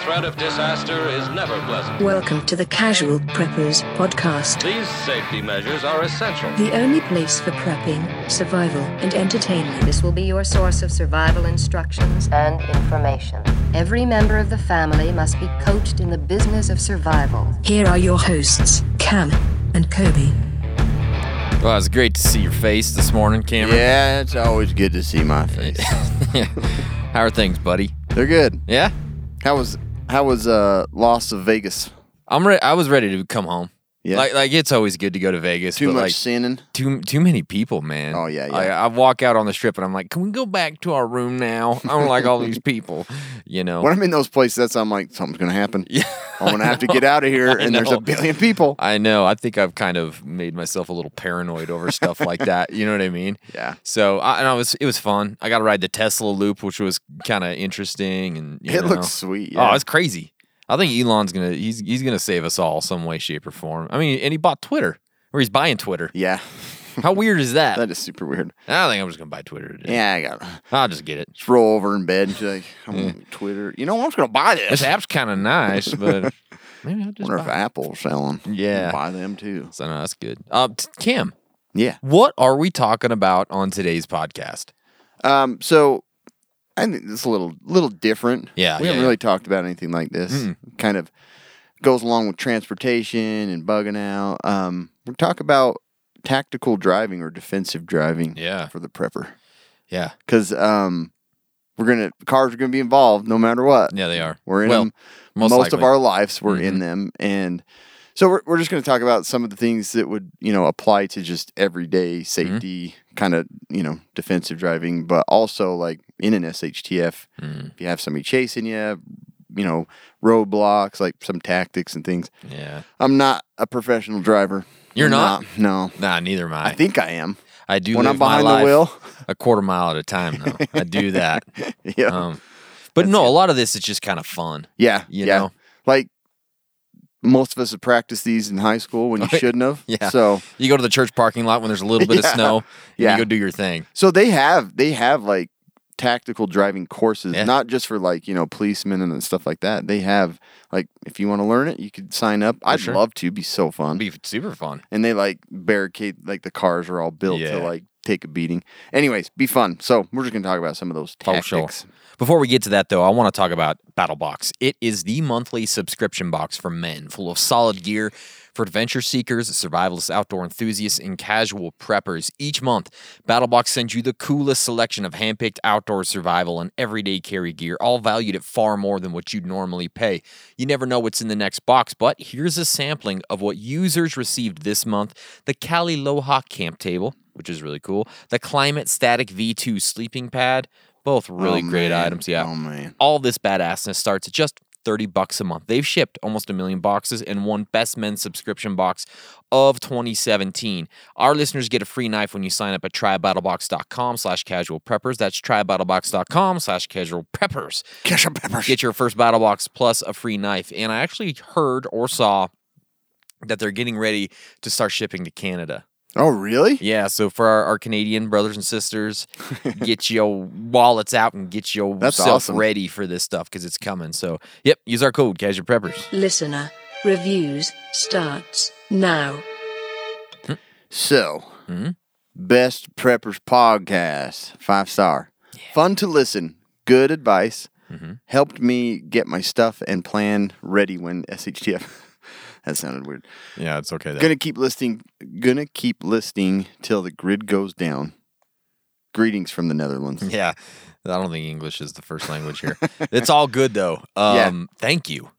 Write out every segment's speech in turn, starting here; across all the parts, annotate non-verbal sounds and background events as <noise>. threat of disaster is never pleasant. Welcome to the Casual Preppers Podcast, These safety measures are essential. the only place for prepping, survival, and entertainment. This will be your source of survival instructions and information. Every member of the family must be coached in the business of survival. Here are your hosts, Cam and Kobe. Well, it's great to see your face this morning, Cameron. Yeah, it's always good to see my face. <laughs> How are things, buddy? They're good. Yeah, How was how was uh Las Vegas? I'm re- I was ready to come home. Yeah. like like it's always good to go to Vegas. Too but much like, sinning. too too many people, man. Oh, yeah, yeah. Like, I walk out on the strip and I'm like, can we go back to our room now? <laughs> I don't like all these people. You know, When I'm in those places, that's I'm like something's gonna happen. Yeah, I'm gonna have to get out of here, <laughs> and there's know. a billion people. I know. I think I've kind of made myself a little paranoid over stuff like that. You know what I mean? <laughs> Yeah. So I, and I was it was fun. I got to ride the Tesla loop, which was kind of interesting. And you It know. looks sweet, Oh, yeah. it's crazy. I think Elon's gonna he's he's gonna save us all some way, shape, or form. I mean, and he bought Twitter, or he's buying <laughs> Twitter. Yeah, How weird is that? that is super weird. I think I'm just gonna buy Twitter today. Yeah, I got I'll just get it. just roll over in bed and be like, I'm on Twitter. You know, I'm just gonna buy Mm. This this. app's kind of <laughs> nice, but maybe I'll just wonder if buy. it. Apple's selling. Yeah. buy them too. So no, that's good. Uh, t- Cam, Yeah. what are we talking about on today's podcast? Um. So I think it's a little little different. Yeah, We yeah, haven't yeah. really talked about anything like this. Kind of goes along with transportation and bugging out. Um, we talk about tactical driving or defensive driving. Yeah. For the prepper, Yeah, because um, we're gonna cars are gonna be involved no matter what. yeah, they are. We're in well, them. most Most, likely. Mm-hmm. of our lives we're in them, and so we're we're just going to talk about some of the things that would you know apply to just Mm-hmm. everyday safety kind of you know defensive driving, but also like in an SHTF, Mm-hmm. if you have somebody chasing you, you know roadblocks, like some tactics and things. Yeah. I'm not a professional driver. You're I'm not? No, Nah, neither am I. I think I am. I do when live I'm behind my life the wheel. <laughs> a quarter mile at a time though. I do that. yeah. Um, but no, a lot of this is just kind of fun. Yeah. You yeah. know? Like most of us have practiced these in high <laughs> school when you shouldn't have. Yeah. So You go to the church parking lot when there's a little bit of <laughs> Yeah. snow. and Yeah. You go do your thing. so they have they have like tactical driving courses, Yeah. not just for like, you know, policemen and stuff like that. They have like if you want to learn it, you could sign up. I'd sure. love to, It'd be so fun. It'd be super fun. and they like barricade like the cars are all built Yeah. to like take a beating. Anyways, be fun. So we're just gonna talk about some of those Oh, tactics. sure. Before we get to that, though, I want to talk about Battle Box. It is the monthly subscription box for men, full of solid gear for adventure seekers, survivalists, outdoor enthusiasts, and casual preppers. Each month, Battle Box sends you the coolest selection of handpicked outdoor survival and everyday carry gear, all valued at far more than what you'd normally pay. You never know what's in the next box, but here's a sampling of what users received this month: the Cali Loha camp table. Which is really cool. The Climate Static V2 sleeping pad, both really Oh, great man. items. Yeah. Oh man. All this badassness starts at just 30 bucks a month. They've shipped almost a million boxes and one Best Men subscription box of 2017. Our listeners get a free knife when you sign up at trybattlebox.com slash casual preppers. That's trybattlebox.com slash casual preppers. Ketchup peppers. Get your first battle box plus a free knife. And I actually heard or saw that they're getting ready to start shipping to Canada. Oh really? Yeah, so for our, our Canadian brothers and <laughs> sisters, get your wallets out and get yourself That's awesome. ready for this stuff because it's coming. So, yep, use our code Casual Preppers. Listener reviews starts now. So, Mm-hmm. best preppers podcast, five star. Fun to listen, good advice. Mm-hmm. Helped me get my stuff and plan ready when SHTF. <laughs> that sounded weird. Yeah, it's okay. Gonna keep listing. Gonna keep listing till the grid goes down. Greetings from the Netherlands. Yeah, I don't think English is the first language here. it's all good though. <laughs> Yeah. Um, thank you.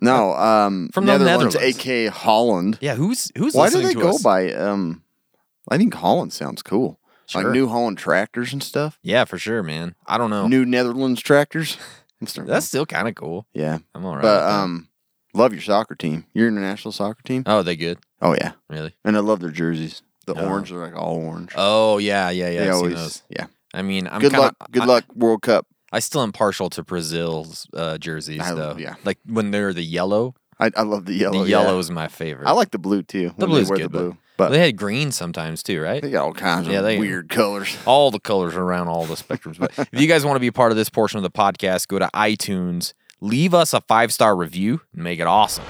No, um, From the Netherlands, Netherlands. aka Holland. Yeah, who's who's Why do listening they to go us? by? Um, I think Holland sounds cool. Sure. Oh. Like New Holland tractors and stuff. Yeah, for sure, man. I don't know. New Netherlands tractors. <laughs> I'm starting- That's still kind of cool. Yeah. I'm all right. But with that. um, love your soccer team, your international soccer team. oh, they good. Oh yeah, Really? and I love their jerseys. The Yeah. orange are like all orange. Oh yeah, yeah, yeah. they I've seen always those. yeah. I mean, I'm good kinda, luck, good I- luck World Cup. I still am partial to Brazil's uh, jerseys I- though. yeah. Like when they're the yellow, I, I love the yellow. the yeah. yellow is my favorite. I like the blue too. the when they blue's wear good, the blue, but but they had green sometimes too, right? they got all kinds Yeah, of they- weird colors. <laughs> all the colors around all the spectrums. But if you guys want to be a part of this portion of the podcast, go to iTunes, Leave us a five star review and make it awesome.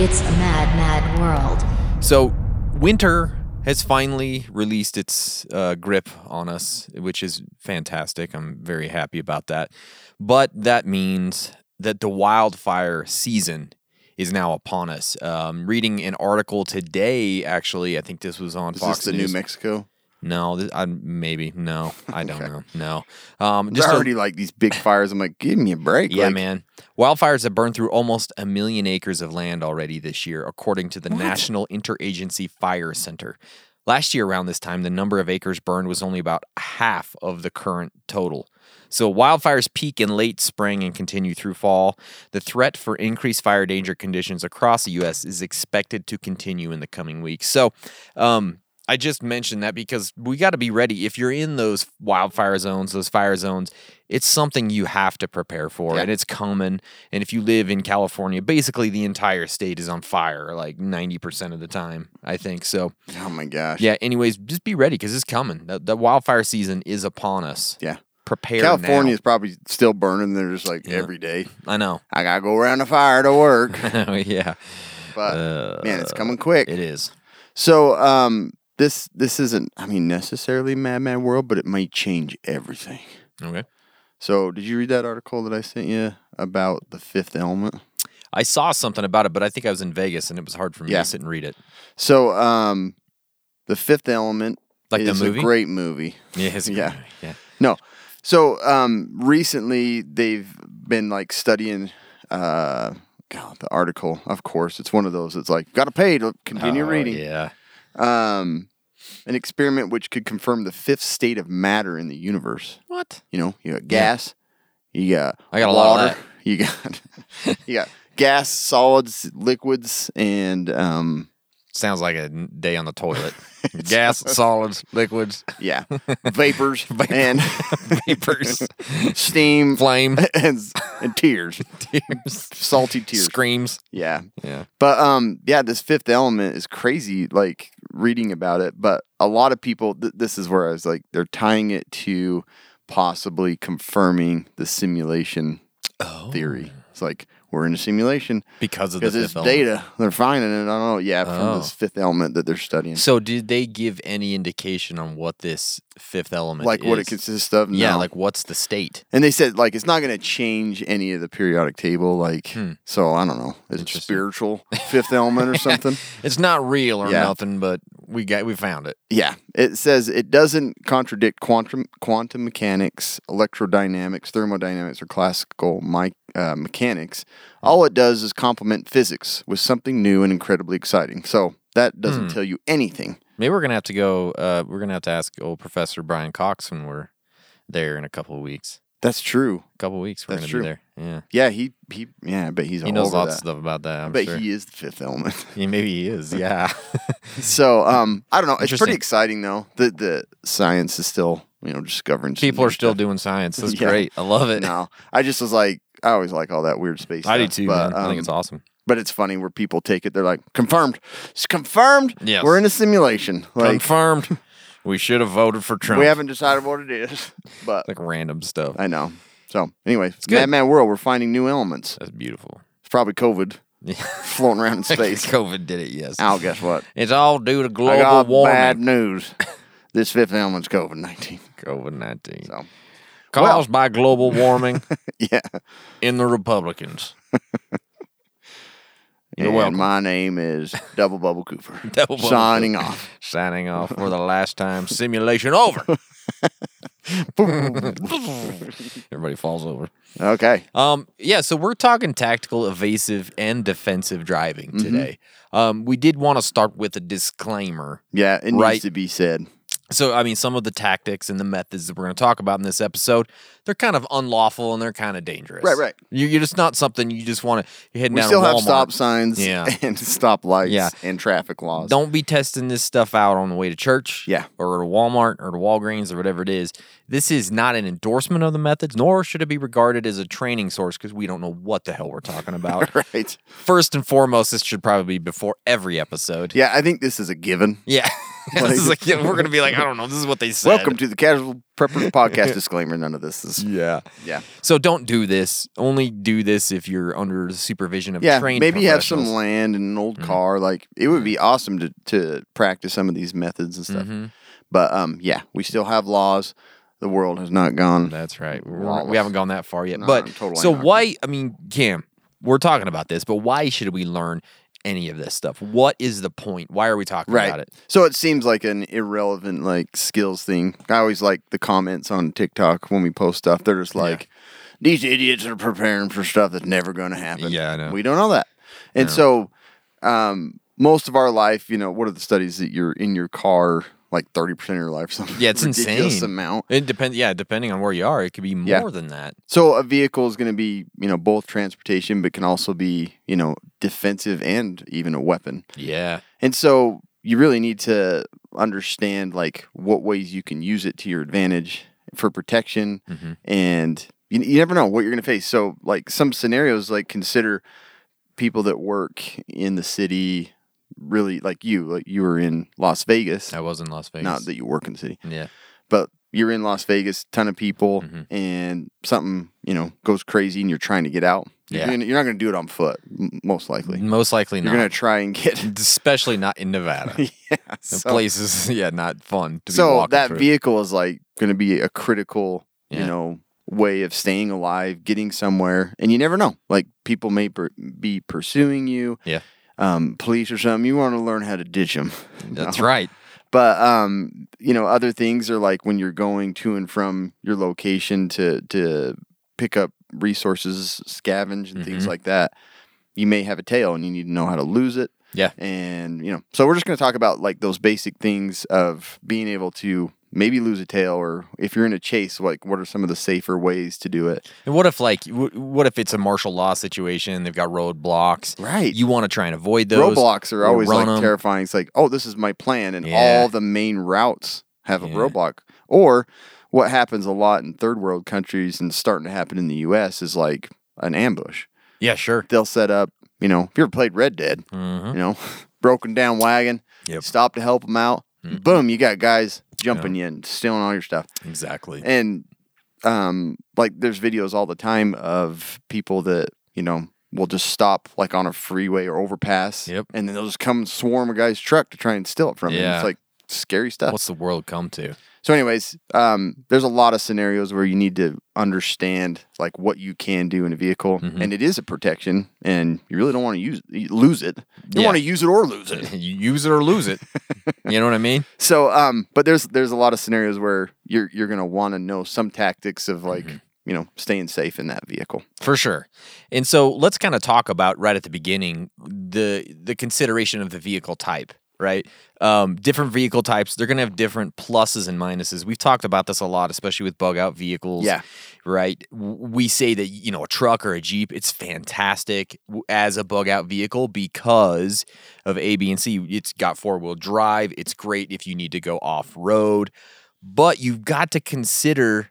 It's a mad, mad world. So, winter has finally released its uh, grip on us, which is fantastic. I'm very happy about that. But that means that the wildfire season is now upon us. Um, reading an article today, actually, I think this was on Is Fox this the News. New Mexico? no, this, I, maybe no. I don't know. No. Um, There's just a- already like these big fires. I'm like, give me a break. yeah, like, man. Wildfires have burned through almost a million acres of land already this year, according to the National Interagency Fire Center. Last year, around this time, the number of acres burned was only about half of the current total. So, wildfires peak in late spring and continue through fall. The threat for increased fire danger conditions across the U.S. is expected to continue in the coming weeks. So, um, I just mentioned that because we got to be ready. If you're in those wildfire zones, those fire zones, it's something you have to prepare for, Yeah. and it's common. And if you live in California, basically the entire state is on fire, like ninety percent of the time, I think. So, Oh my gosh. yeah. Anyways, just be ready because it's coming. The, the wildfire season is upon us. Yeah. Prepare. now. California is probably still burning. They're just like every day. I know. <laughs> I gotta go around the fire to work. yeah. But man, it's coming quick. Uh, It is. So um, this this isn't I mean necessarily Mad Mad World, but it might change everything. Okay. So did you read that article that I sent you about the Fifth Element? I saw something about it, but I think I was in Vegas and it was hard for me Yeah. to sit and read it. So um, the Fifth Element Like the is movie? a great movie. <laughs> Yeah. It's Yeah. Yeah. No. So um, recently they've been like studying. Uh, God, the article. Of course, it's one of those. It's like gotta pay to continue Oh, reading. Yeah. Um, an experiment which could confirm the fifth state of matter in the universe. What? You know, you got gas, you got I got a water, lot of <laughs> you got you got gas, solids, liquids, and um, Sounds like a n- day on the <laughs> toilet. Gas, solids, liquids, <laughs> yeah, vapors and vapors, steam <laughs> <laughs> flame, and, and tears, tears, salty tears. screams. Yeah. Yeah. But um yeah, this fifth element is crazy like reading about it, but a lot of people th- this is where I was like they're tying it to possibly confirming the simulation Oh. theory. It's like we're in a simulation Because of the because it's fifth element. data. They're finding it. I don't know. Yeah, from Oh. this fifth element that they're studying. So, did they give any indication on what this fifth element like what it is? consists of. No. Yeah, like what's the state? and they said like it's not going to change any of the periodic table. Like Hmm. so, I don't know. Is it spiritual fifth <laughs> element or something? It's not real or Yeah. nothing, but we got we found it. Yeah, it says it doesn't contradict quantum quantum mechanics, electrodynamics, thermodynamics, or classical mi- uh, mechanics. All it does is complement physics with something new and incredibly exciting. So that doesn't Hmm. tell you anything. Maybe we're gonna have to go. Uh, we're gonna have to ask old Professor Brian Cox when we're there in a couple of weeks. That's true. A couple of weeks, we're That's gonna true. be there. Yeah, Yeah, he he. Yeah, I bet he's he all knows over lots of that. stuff about that. I I'm bet sure. he is the fifth element. <laughs> Yeah, maybe he is. Yeah. so um, I don't know. It's Interesting. pretty exciting though. The the science is still you know discovering. some People are new still stuff. doing science. That's <laughs> Yeah. great. I love it. No, I just was like, I always like all that weird space. I do stuff, too, but, man. I think um, it's awesome. But it's funny where people take it. They're like, confirmed. It's confirmed. Yes. We're in a simulation. Like, <laughs> Confirmed. we should have voted for Trump. we haven't decided what it is. <laughs> But like random stuff. I know. So, anyway, good. Mad Mad World, we're finding new elements. That's beautiful. <laughs> It's probably COVID floating around in space. COVID did it. Yes. Ow, guess what? It's all due to I global got warming. bad news. <laughs> This fifth element's COVID 19. COVID nineteen So, caused by global <laughs> warming <laughs> yeah. in the Republicans. You're and welcome. my name is Double Bubble Cooper. <laughs> Double Bubble Signing off. Signing off for <laughs> the last time. Simulation over. <laughs> Everybody falls over. Okay. Um, yeah, so we're talking tactical, evasive, and defensive driving Mm-hmm. today. Um, we did want to start with a disclaimer. Yeah, it Right. needs to be said. So, I mean, some of the tactics and the methods that we're going to talk about in this episode, they're kind of unlawful and they're kind of dangerous. Right, right. You, you're just not something you just want to. You're heading We down still to have Walmart. stop signs Yeah. <laughs> and stop lights Yeah. and traffic laws. Don't be testing this stuff out on the way to church, Yeah. or to Walmart or to Walgreens or whatever it is. This is not an endorsement of the methods, nor should it be regarded as a training source because we don't know what the hell we're talking about. <laughs> right. First and foremost, this should probably be before every episode. Yeah, I think this is a given. Yeah. <laughs> This is like, yeah, we're gonna be like, I don't know. This is what they said. Welcome to the Casual <laughs> Prepper Podcast disclaimer. None of this is. Yeah. Yeah. So don't do this. Only do this if you're under the supervision of Yeah, trained maybe you have some professionals. Mm-hmm. land and an old car. Like it would be awesome to, to practice some of these methods and stuff. Mm-hmm. But um, yeah, we still have laws. The world has not gone. That's right. We're- we Lawless. haven't gone that far yet. No, but I'm totally so not. why? I mean, Cam, we're talking about this, but why should we learn any of this stuff? What is the point? Why are we talking right. about it? So it seems like an irrelevant like skills thing. I always like the comments on TikTok when we post stuff. They're just like, these idiots are preparing for stuff that's never going to happen. Yeah, I know. We don't know that. And so, um, most of our life, you know, what are the studies that you're in your car like thirty percent of your life? Something Yeah, it's ridiculous insane. amount. It depends. Yeah, depending on where you are, it could be more Yeah. than that. So a vehicle is going to be, you know, both transportation, but can also be, you know, defensive and even a weapon. Yeah. And so you really need to understand like what ways you can use it to your advantage for protection Mm-hmm. and you, you never know what you're going to face. So like some scenarios like consider people that work in the city really like you like you were in Las Vegas. I was in Las Vegas. Not that you work in the city yeah. but you're in Las Vegas, ton of people, Mm-hmm. and something you know goes crazy, and you're trying to get out. Yeah. You're, gonna, you're not going to do it on foot, m- most likely. Most likely You're not. going to try and get. <laughs> Especially not in Nevada. <laughs> yeah, The so- place is <laughs> yeah not fun to be so walking that through. vehicle is like going to be a critical, Yeah. you know, way of staying alive, getting somewhere, and you never know. Like people may per- be pursuing you. Yeah. Um, police or something. You want to learn how to ditch them. That's right. but um you know other things are like when you're going to and from your location to to pick up resources scavenge and things like that you may have a tail and you need to know how to lose it Yeah. and you know so we're just going to talk about like those basic things of being able to maybe lose a tail or if you're in a chase like what are some of the safer ways to do it And what if like w- what if it's a martial law situation? They've got roadblocks. Right. You want to try and avoid those. roadblocks are or always run like 'em. terrifying. It's like, oh, this is my plan, and Yeah. all the main routes have a Yeah. roadblock. Or what happens a lot in third world countries and starting to happen in the U.S. is like an ambush. Yeah, sure. Mm-hmm. They'll set up, you know, if you ever played Red Dead, you know, <laughs> broken down wagon, Yep. Hmm. stop to help them out. Boom, you got guys jumping you and stealing all your stuff. Exactly. And um, like there's videos all the time of people that, you know, will just stop like on a freeway or overpass. Yep. And then they'll just come and swarm a guy's truck to try and steal it from him. Yeah. It's like scary stuff. What's the world come to? <laughs> so, anyways, um, there's a lot of scenarios where you need to understand like what you can do in a vehicle. Mm-hmm. And it is a protection and you really don't want to use you lose it. You Yeah. want to use it or <laughs> lose it. you use it or lose <laughs> it. you know what I mean? So, um, but there's there's a lot of scenarios where you're you're gonna want to know some tactics of like Mm-hmm. you know staying safe in that vehicle. For sure. And so let's kind of talk about right at the beginning the the consideration of the vehicle type, right? Um, different vehicle types, they're going to have different pluses and minuses. We've talked about this a lot, especially with bug out vehicles. Yeah. Right. W- We say that, you know, a truck or a Jeep, it's fantastic w- as a bug out vehicle because of A, B, and C. It's got four wheel drive. It's great if you need to go off road, but you've got to consider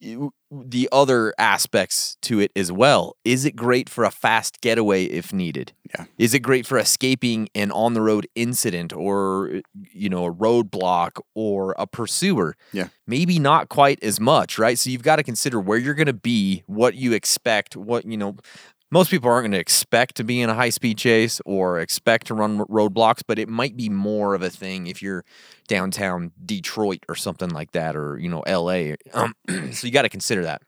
you- the other aspects to it as well. Is it great for a fast getaway if needed? Yeah. Is it great for escaping an on the road incident or you know a roadblock or a pursuer? Yeah. Maybe not quite as much, right? So you've got to consider where you're going to be, what you expect, what you know most people aren't going to expect to be in a high speed chase or expect to run roadblocks, but it might be more of a thing if you're downtown Detroit or something like that, or you know L.A. Um, <clears throat> so you got to consider that.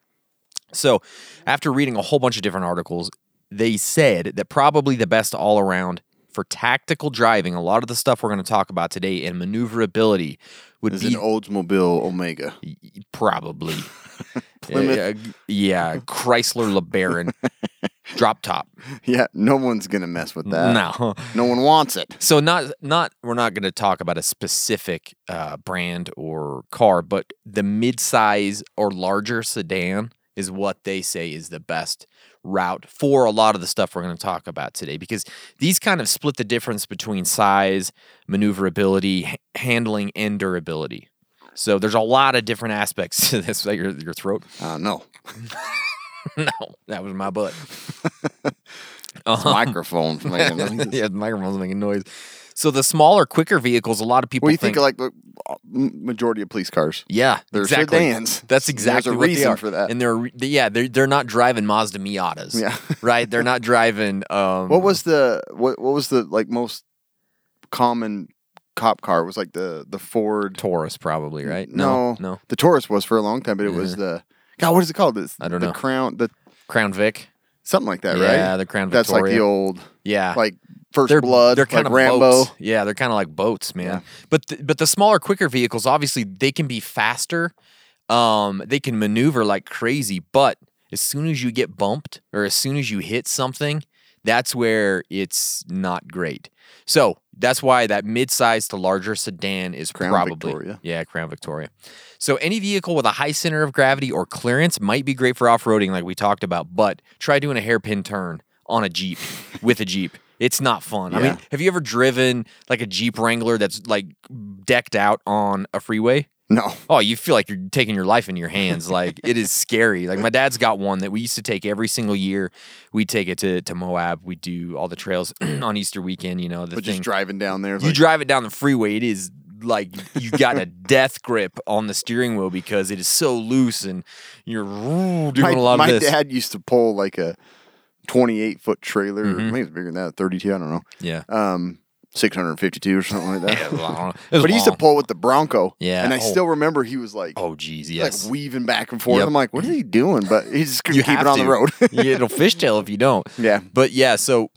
So after reading a whole bunch of different articles, they said that probably the best all around for tactical driving, a lot of the stuff we're going to talk about today and maneuverability would Is be an Oldsmobile Omega? <laughs> probably Plymouth. Yeah, Uh, yeah, Chrysler <laughs> LeBaron drop top. Yeah, no one's gonna mess with that. no. no one wants it. So not not we're not going to talk about a specific uh, brand or car, but the midsize or larger sedan is what they say is the best route for a lot of the stuff we're going to talk about today because these kind of split the difference between size, maneuverability, h- handling and durability. So there's a lot of different aspects <laughs> to this like your, your throat. Uh, no, no, that was my <laughs> butt. microphones, man. Uh-huh. <laughs> yeah, the microphone's making noise. So the smaller, quicker vehicles, a lot of people Well, you think, of like the uh, m- majority of police cars. yeah, They're exactly. sedans. That's There's a exactly what they reason are. for that. And they're they- yeah, they're they're not driving Mazda Miatas. Yeah. <laughs> right. They're not driving. Um, What was the what what was the like most common cop car? It was like the the Ford Taurus? Probably right. No, no. Uh-huh. The Taurus was for a long time, but it was the God. What is it called? It's I don't the know. Crown, the Crown Vic. something like that, Uh, right? Yeah, the Crown That's like the Victoria. old Yeah, like 1st blood, like kinda Rambo. boats. Yeah, they're kind of like boats, man. But th- but the smaller, quicker vehicles, obviously, they can be faster. Um, they can maneuver like crazy. But as soon as you get bumped or as soon as you hit something, that's where it's not great. So that's why that mid-size to larger sedan is Crown probably Victoria. yeah Crown Victoria. So any vehicle with a high center of gravity or clearance might be great for off-roading, like we talked about. But try doing a hairpin turn on a Jeep with a Jeep. It's not fun. I mean, Yeah. have you ever driven like a Jeep Wrangler that's like decked out on a freeway? <laughs> No, Oh, you feel like you're taking your life in your hands. Like it is scary. Like my dad's got one that we used to take every single year. We take it to, to Moab. We do all the trails <clears throat> on Easter weekend. You know the but thing. just driving down there, you like, drive it down the freeway. It is like you got <laughs> a death grip on the steering wheel because it is so loose and you're doing my, a lot my of this. dad used to pull like a twenty-eight foot trailer. I Mm-hmm. think it's bigger than that, thirty-two. I don't know, yeah. um, six hundred fifty-two or something like Yeah, that. well, I don't know. <laughs> It was <laughs> but he used to long. pull with the Bronco. Yeah, and I oh. still remember he was like. Oh, geez, like yes. weaving back and forth. Yep. I'm like, what is he doing? But he's just gonna you keep have it on to. <laughs> the road. Yeah, It'll fishtail if you don't. Yeah. But yeah, so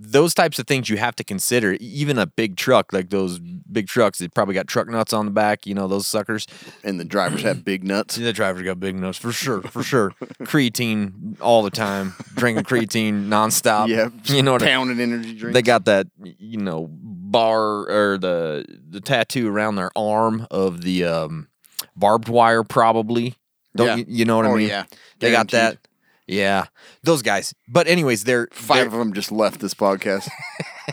those types of things you have to consider. E, Even a big truck, like those big trucks, that probably got truck nuts on the back. You know those suckers. and the drivers have big nuts. See, the driver's got big nuts for sure, <laughs> for sure. creatine all the time, drinking creatine nonstop. <laughs> Yeah, you know what I pounded energy drink. They got that, you know, bar or the the tattoo around their arm of the um, barbed wire, probably. Don't Yeah. you, you know what I Oh, mean? yeah. they got that. Guaranteed. Yeah, those guys. But anyways, they're 5 they're- of them just left this podcast.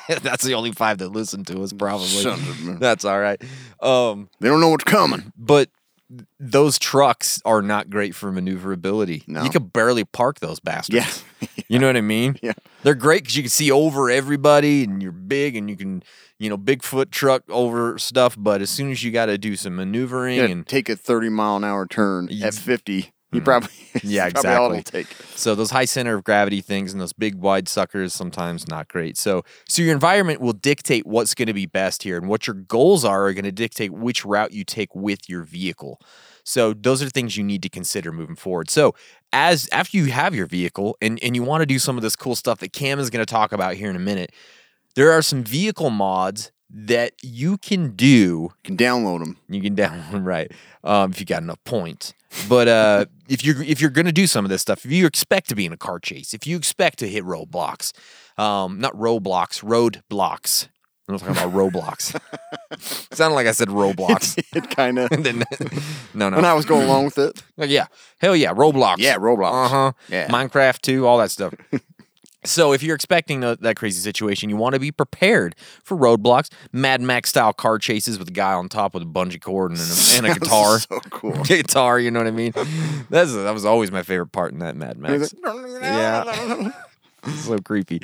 <laughs> that's the only five that listen to us, probably. Sons of a- That's all right. Um, they don't know what's coming. but th- those trucks are not great for maneuverability. No. You could barely park those bastards. <laughs> Yeah. <laughs> You know what I mean? Yeah. They're great because you can see over everybody and you're big and you can, you know, Bigfoot truck over stuff. But as soon as you got to do some maneuvering You gotta and take a 30 mile an hour turn You- at 50. You probably Mm-hmm. <laughs> Yeah, it's probably all it'll exactly. take. So those high center of gravity things and those big wide suckers sometimes not great. So so your environment will dictate what's going to be best here and what your goals are are going to dictate which route you take with your vehicle. So those are things you need to consider moving forward. So as after you have your vehicle and and you want to do some of this cool stuff that Cam is going to talk about here in a minute, there are some vehicle mods that you can do You can download them. you can <laughs> download them right um, if you got enough points. But uh, if you're if you're gonna do some of this stuff, if you expect to be in a car chase, if you expect to hit roadblocks, um, not roadblocks, roadblocks. I'm talking about roadblocks. Sounded like I said roadblocks. <laughs> It kind of. Then- <laughs> no, no. When I was going along with <laughs> it, Like, yeah. Hell yeah. Roblox. Yeah, Roblox. Uh huh. Yeah. Minecraft too, all that stuff. <laughs> so if you're expecting tho- that crazy situation, you want to be prepared for roadblocks, Mad Max style car chases with a guy on top with a bungee cord <laughs> and a, and a Sounds guitar. <laughs> so cool. guitar, you know what I mean? That's that was always my favorite part in that Mad Max. Yeah. <laughs> so creepy.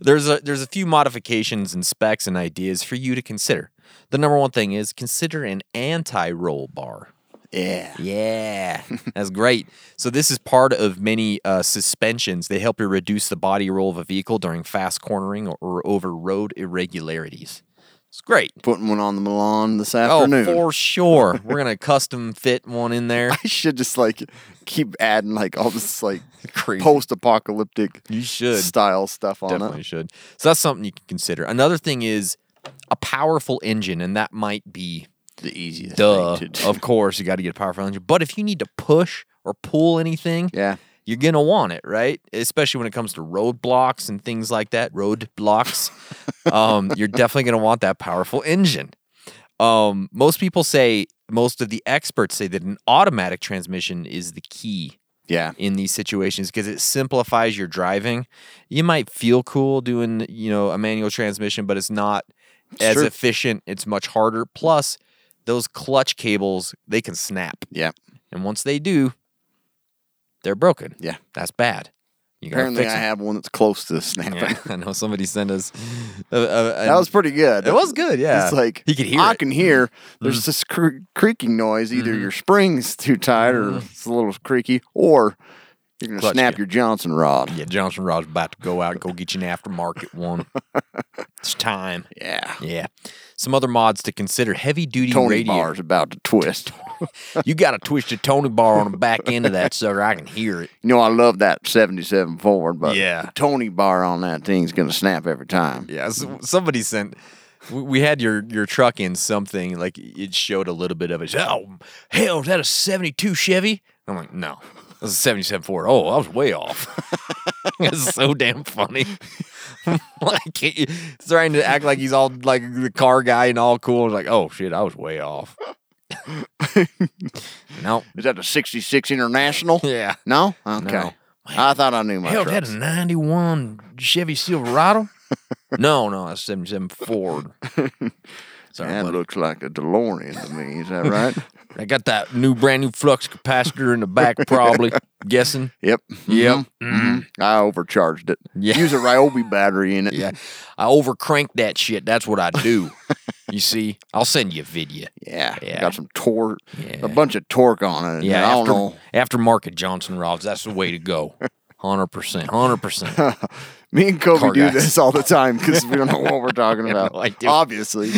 There's a there's a few modifications and specs and ideas for you to consider. The number one thing is consider an anti-roll bar. yeah. Yeah, that's great. So this is part of many uh, suspensions. They help you reduce the body roll of a vehicle during fast cornering or, or over road irregularities. It's great. Putting one on the Milan this Oh, afternoon. for sure. We're gonna custom fit one in there. <laughs> I should just like keep adding like all this like <laughs> Crazy. post-apocalyptic You should. style stuff on Definitely it. should. So that's something you can consider. Another thing is a powerful engine, and that might be The easiest duh. thing to do. Of course, you got to get a powerful engine. But if you need to push or pull anything, <laughs> Yeah. you're gonna want it, right? Especially when it comes to roadblocks and things like that. Roadblocks, um, you're definitely gonna want that powerful engine. Um, most people say, most of the experts say that an automatic transmission is the key Yeah. in these situations because it simplifies your driving. You might feel cool doing, you know, a manual transmission, but it's not as true. efficient. It's much harder. Plus, those clutch cables they can snap, Yeah. and once they do, they're broken. Yeah. That's bad. You gotta Apparently, fix I 'em. have one that's close to snapping. Yeah, I know somebody sent us. Uh, uh, <laughs> That was pretty good. It was good, yeah. It's like He could hear I it. Mm-hmm. can hear. There's this cre- creaking noise. Either your spring's too tight, or it's a little creaky, or you're gonna Mm-hmm. Clutch snap you. your Johnson rod. yeah, Johnson Rod's about to go out. Go get you an aftermarket one. <laughs> it's time. Yeah. Yeah. Some other mods to consider: heavy duty Tony radio. Barr's about to <laughs> twist. You got to twist your Tony bar on the back end of that sucker. I can hear it. you know, I love that 77 Ford, but Yeah. Tony Bar on that thing's gonna snap every time. Yeah, s somebody sent. we- We had your your truck in something like it showed a little bit of it. Oh hell, is that a '72 Chevy? I'm like, no, that's a '77 Ford. Oh, I was way off. <laughs> That's so damn funny. <laughs> like he- he's trying to act like he's all like the car guy and all cool. It's like, oh shit, I was way off. <laughs> no, Is that the 66 International? yeah. No? Okay. No. I thought I knew my Hell, trucks. that a 91 Chevy Silverado? <laughs> no, no, that's 77 <laughs> Ford. Sorry, That buddy. looks like a DeLorean to me. Is that right? <laughs> I got that new brand new flux capacitor in the back, <laughs> probably. guessing. yep. Yep. Mm-hmm. Mhm. I overcharged it. Yeah. Use a Ryobi battery in it. Yeah. I overcranked that shit. That's what I do. <laughs> you see? I'll send you a video. Yeah. Yeah. Got some torque, Yeah. a bunch of torque on it. Yeah. Yeah, I don't after, know. aftermarket Johnson Rods. That's the way to go. 100%. <laughs> 100%. Me and Kobe Car do guys. this all the time because we don't know <laughs> what we're talking about. no idea. Uh, Obviously.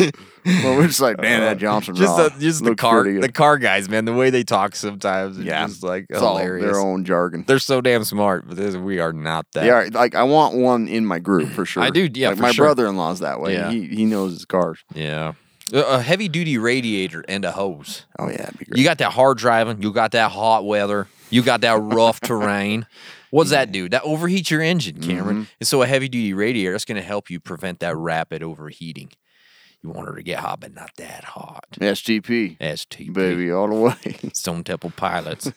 well, we're just like, <laughs> man, that Johnson just the, rod just the looked car pretty good." the car guys, man. The way they talk sometimes is Yeah. just like It's all hilarious. their own jargon. They're so damn smart, but this, we are not that. They are like I want one in my group <clears throat> for sure. I do, yeah, Like, for my sure. brother-in-law's that way. Yeah. He he knows his cars. Yeah. A- A heavy duty radiator and a hose. Oh yeah, that'd be great. You got that hard driving, you got that hot weather, you got that <laughs> rough terrain. What does that do? That overheats your engine, Mm-hmm. Cameron. And so a heavy duty radiator that's going to help you prevent that rapid overheating. You want her to get hot, but not that hot. SGP, STP. baby, all the way. <laughs> Stone Temple Pilots.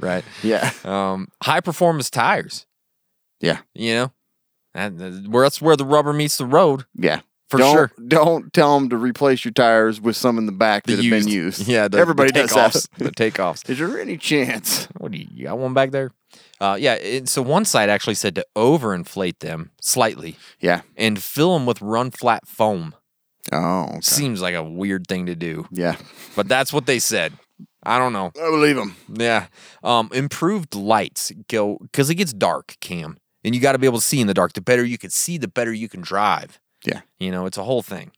right. yeah, Um, high performance tires. yeah, You know, and uh, where that's where the rubber meets the road yeah. for don't, sure. Don't tell them to replace your tires with some in the back that have been used. Yeah, the, everybody the does that. takeoffs, The takeoffs. <laughs> Is there any chance? What do you, you got one back there? Uh, yeah. It, so one site actually said to overinflate them slightly Yeah. and fill them with run flat foam. Oh, okay. Seems like a weird thing to do, yeah. but that's what they said. I don't know. I believe them. Yeah. Um, improved lights go because it gets dark, Cam, and you got to be able to see in the dark. The better you can see, the better you can drive. Yeah. You know, it's a whole thing.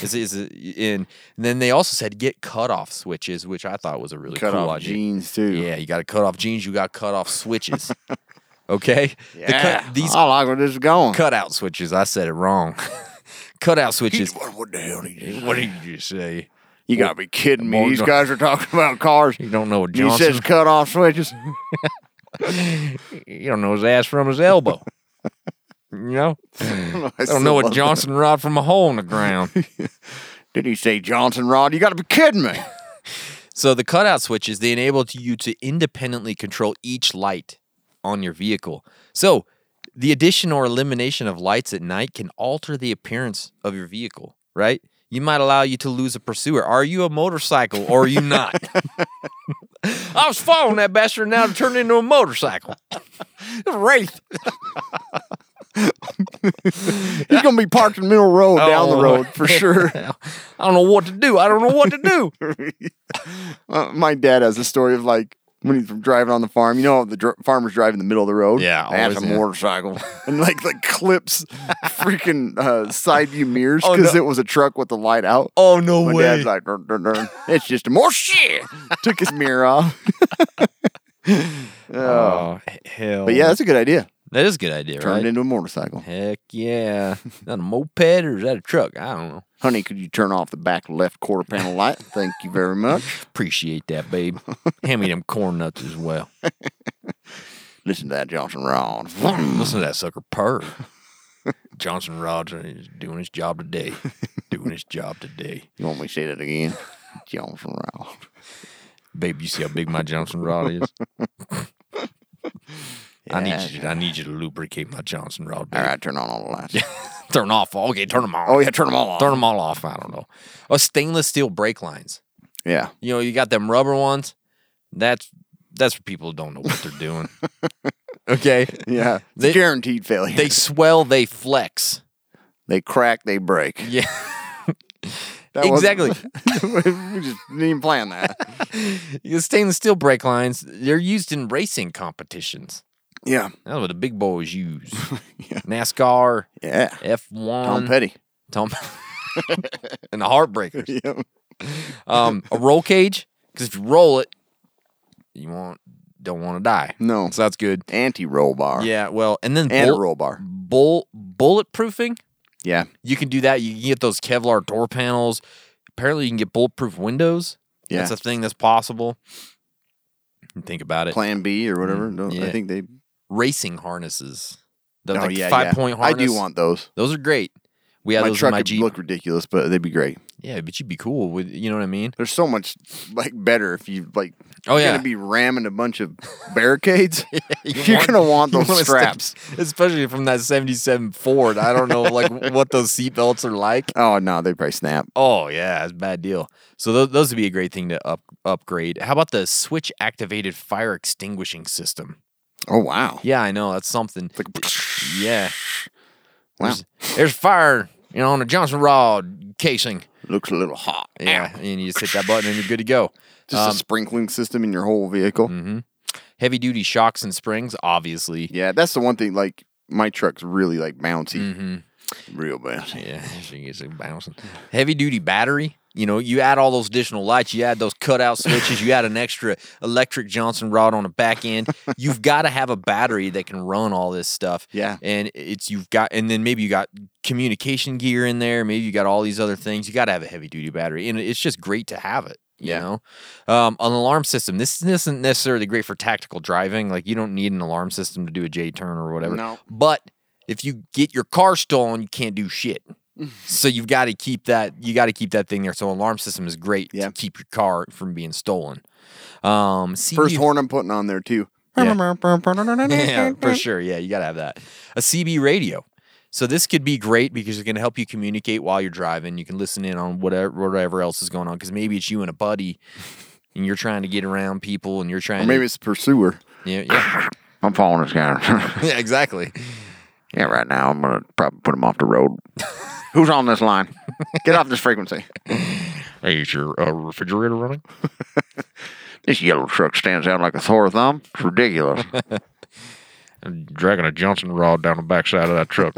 is is in and then they also said get cutoff switches, which I thought was a really Cut cool off idea. jeans too. Yeah, you got to cut off jeans. You got cut off switches. <laughs> okay. The cut- Yeah. these I like where this is going. cutout switches. I said it wrong. <laughs> cutout switches. What, what the hell? He <laughs> just- What did you say? You gotta be kidding me. Well, These go- guys are talking about cars. You don't know what He Johnson. says cut off <laughs> switches. <laughs> you don't know his ass from his <laughs> elbow. you know. I I don't know what Johnson rod from a hole in the ground. Did he say Johnson Rod? You got to be <laughs> kidding me. so the cutout switches they enable to you to independently control each light on your vehicle. So the addition or elimination of lights at night can alter the appearance of your vehicle, right? You might allow you to lose a pursuer. Are you a motorcycle or are you not? <laughs> <laughs> I was following that bastard and now it turned into a motorcycle. <laughs> Wraith. He's going to be parked in the middle road, down Oh. the road <laughs> for sure. I don't know what to do. I don't know what to <laughs> do. Uh, <laughs> my dad has a story of like when he's driving on the farm. You know, how the dr- farmers drive in the middle of the road. Yeah, that's a always, yeah. motorcycle, <laughs> and like like clips freaking uh, side view mirrors Oh, because no. it was a truck with the light out. Oh no my way. dad's like, "Dun, dun, dun. it's just a <laughs> more shit. Took his <laughs> mirror off. oh hell. But yeah, that's a good idea. That is a good idea, Turn right? it into a motorcycle. Heck yeah. Is that a moped or is that a truck? I don't know. Honey, could you turn off the back left quarter panel light? Thank you very much. Appreciate that, <laughs> babe. Hand me them corn nuts as well. Listen to that Johnson Rod. Listen to that sucker purr. Johnson Rods is doing his job today. Doing his job today. <laughs> You want me to say that <laughs> again? Johnson Rod. Babe, you see how big my Johnson Rod <laughs> is? I need you. To, I need you to lubricate my Johnson Rod. All babe. right, turn on all the lights. Turn off. Okay, turn them off. Oh yeah, turn them all off. Turn them all off. I don't know. Oh, stainless steel brake lines. Yeah, <laughs> You know, you got them rubber ones. That's that's for people who don't know what they're doing. Okay. Yeah. It's They- a guaranteed failure. They swell, they flex. they crack, they break. Yeah. <laughs> That wasn't- exactly. <laughs> we just didn't even plan that. The stainless steel brake lines, they're used in racing competitions. Yeah. That's what the big boys <laughs> use. NASCAR, Yeah. F1, <laughs> Tom Petty. Tom and the Heartbreakers. Yeah. Um, a roll cage, because if you roll it, you want don't want to die. No. So that's good. Anti roll bar. Yeah, well, and then And a bull- roll bar. bull bulletproofing. Yeah. You can do that. You can get those Kevlar door panels. Apparently, you can get bulletproof windows. Yeah. That's a thing that's possible. Think about it. Plan B or whatever. Mm, No, yeah. I think they. Racing harnesses. The oh, like, yeah, five yeah. point harness. I do want those. those. Are great. We had my those truck in my would Jeep. look ridiculous, but they'd be great. yeah, but you'd be cool with. You know what I mean? There's so much like better if you like. Oh, you're yeah. gonna be <laughs> ramming a bunch of barricades. <laughs> You you are want- gonna want you those wanna step- <laughs> straps. especially from that '77 Ford. I don't know <laughs> like what those seatbelts are like. Oh no, they probably snap. Oh yeah, it's a bad deal. So those, those would be a great thing to up upgrade. How about the switch activated fire extinguishing system? Oh wow. Yeah, I know that's something. It's like, Yeah, <laughs> wow. there's fire, you know, on the Johnson rod casing. Looks a little hot. Yeah, and you just hit that button and you're good to go. Just Um, a sprinkling system in your whole vehicle. Heavy duty shocks and springs, obviously. Yeah, that's the one thing. Like my truck's really like Mm. bouncy, Mm-hmm. real <laughs> bouncy. Yeah, she gets it bouncing. Heavy duty battery. You know, you add all those additional lights, you add those cutout switches, you add an extra electric Johnson rod on the back end. You've got to have a battery that can run all this stuff. Yeah. And it's you've got and then maybe you got communication gear in there, maybe you got all these other things. You got to have a heavy duty battery and it's just great to have it, you Yeah. know. Um, an alarm system. This isn't necessarily great for tactical driving. Like you don't need an alarm system to do a J turn or whatever. No. But if you get your car stolen, you can't do <laughs> shit. so you've got to keep that. You got to keep that thing there. So alarm system is great Yeah. to keep your car from being stolen. Um, First CB horn I'm putting on there too. <laughs> yeah, <laughs> for sure. Yeah, you got to have that. A CB radio. So this could be great because it can help you communicate while you're driving. You can listen in on whatever whatever else is going on because maybe it's you and a buddy, and you're trying to get around people, and you're Or trying. maybe it's pursuer. <laughs> to, yeah, yeah, <laughs> I'm following this guy. yeah, exactly. <laughs> yeah, right now I'm gonna probably put him off the road. Who's on this line? Get off this frequency. Hey, is your uh, refrigerator running? This yellow truck stands out like a sore thumb. It's ridiculous. dragging a Johnson rod down the backside of that truck.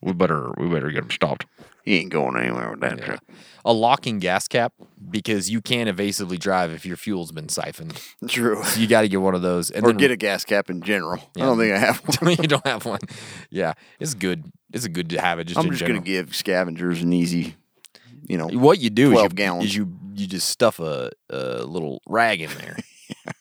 we better we better get him stopped. he ain't going anywhere with that truck. a locking gas cap because you can evasively drive if your fuel's been siphoned. True. You got to get one of those, and Or then- get a gas cap in general. I don't think I have <laughs> one. you don't have one. Yeah, it's good. It's a good to have it. Just I'm in just general. gonna give scavengers an easy, you know. What you do is 12 you, gallons. is you you just stuff a, a little rag in <laughs> there.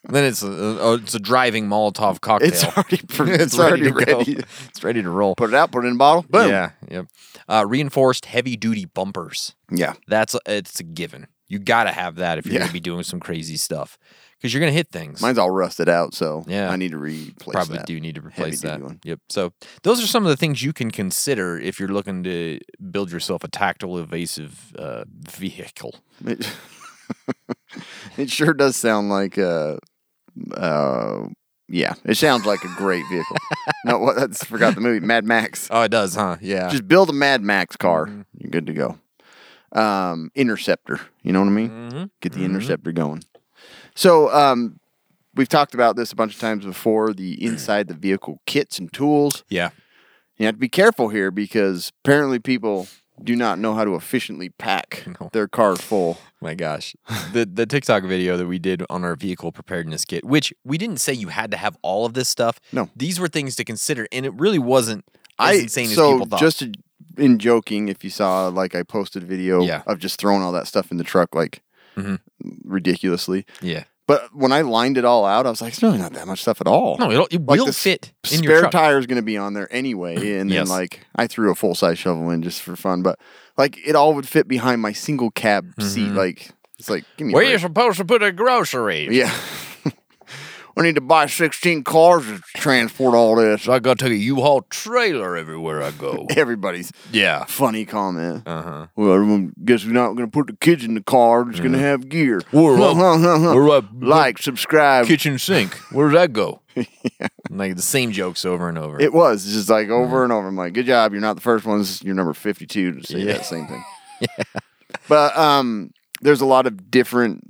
Then it's a, a- oh, it's a driving Molotov cocktail. It's <laughs> already pre- it's already ready. Go. It's ready to roll. Put it out. Put it in a bottle. Boom. Yeah. Yep. Uh, reinforced heavy duty bumpers. Yeah. That's a, it's a given. You got to have that if you're Yeah. going to be doing some crazy stuff because you're going to hit things. Mine's all rusted out, so Yeah. I need to replace Probably that. do need to replace Heavy-duty that. one. Yep. So those are some of the things you can consider if you're looking to build yourself a tactical evasive uh, vehicle. <laughs> It, it sure does sound like uh uh yeah, it sounds like a great <laughs> vehicle. no, what that's forgot the movie Mad Max. Oh, it does, huh? Yeah. Just build a Mad Max car. You're good to go. Um interceptor, you know what I mean? Mm-hmm. Get the interceptor going. So, um we've talked about this a bunch of times before, the inside the vehicle kits and tools. yeah. You have to be careful here because apparently people do not know how to efficiently <laughs> pack their car full. My gosh. The the TikTok video that we did on our vehicle preparedness kit, which we didn't say you had to have all of this stuff. No. These were things to consider and it really wasn't as insane so as people thought. just to- in joking, if you saw like I posted a video Yeah. Mm-hmm. of just throwing all that stuff in the truck like ridiculously. yeah. But when I lined it all out, I was like, it's really not that much stuff at all. No, it'll, it Like will the s- fit in spare your truck. tire is going to be on there <clears throat> anyway, and Yes. then like I threw a full size shovel in just for fun, but like it all would fit behind my single cab Mm-hmm. seat. Like it's like give me a Where break. you supposed to put a grocery? yeah. <laughs> we need to buy sixteen cars to transport all this. So I gotta take a U-Haul trailer everywhere <laughs> I go. Everybody's yeah. funny comment. Uh-huh. Well, everyone, guess we're not going to put the kids in the car. We're just Mm-hmm. going to have gear. <laughs> We're up- we're up- like, subscribe. <laughs> Kitchen sink. Where does that go? Like the same jokes over and over. It was just like over and over. I'm like, good job. You're not the first one. This is- You're number 52 to say that <laughs> same thing. But um, there's a lot of different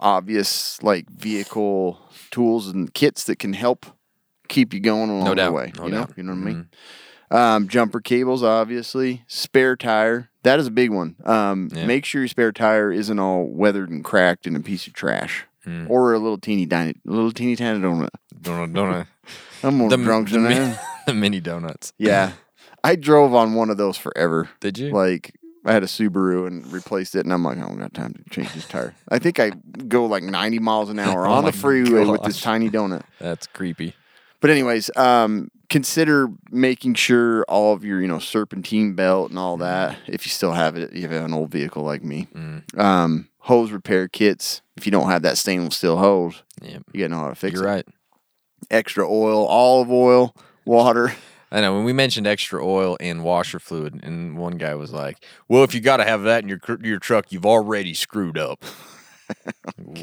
obvious like vehicle tools and kits that can help keep you going along the doubt. way. No you know, doubt. Mm-hmm. you know what I mean. Um, jumper cables, obviously. Spare tire. That is a big one. Um, Yeah. Make sure your spare tire isn't all weathered and cracked and a piece of trash, Mm. or a little teeny tiny, little teeny tiny donut. Donut, donut. I'm <laughs> more The, drunk the, <laughs> than I mi- am. the mini donuts. Yeah. I drove on one of those forever. Did you? Like I had a Subaru and replaced it and I'm like, I don't got time to change this tire. I think I go like 90 miles an <laughs> hour Oh on my the freeway with this gosh. tiny donut. That's creepy. But anyways, um consider making sure all of your, you know, serpentine belt and all Mm. that if you still have it, if you have an old vehicle like me. Um hose repair kits. If you don't have that stainless steel hose, Yep. you got to know how to fix You're it. right. Extra oil, olive oil, water. I know when we mentioned extra oil and washer fluid, and one guy was like, "Well, if you got to have that in your cr- your truck, you've already screwed <laughs> up.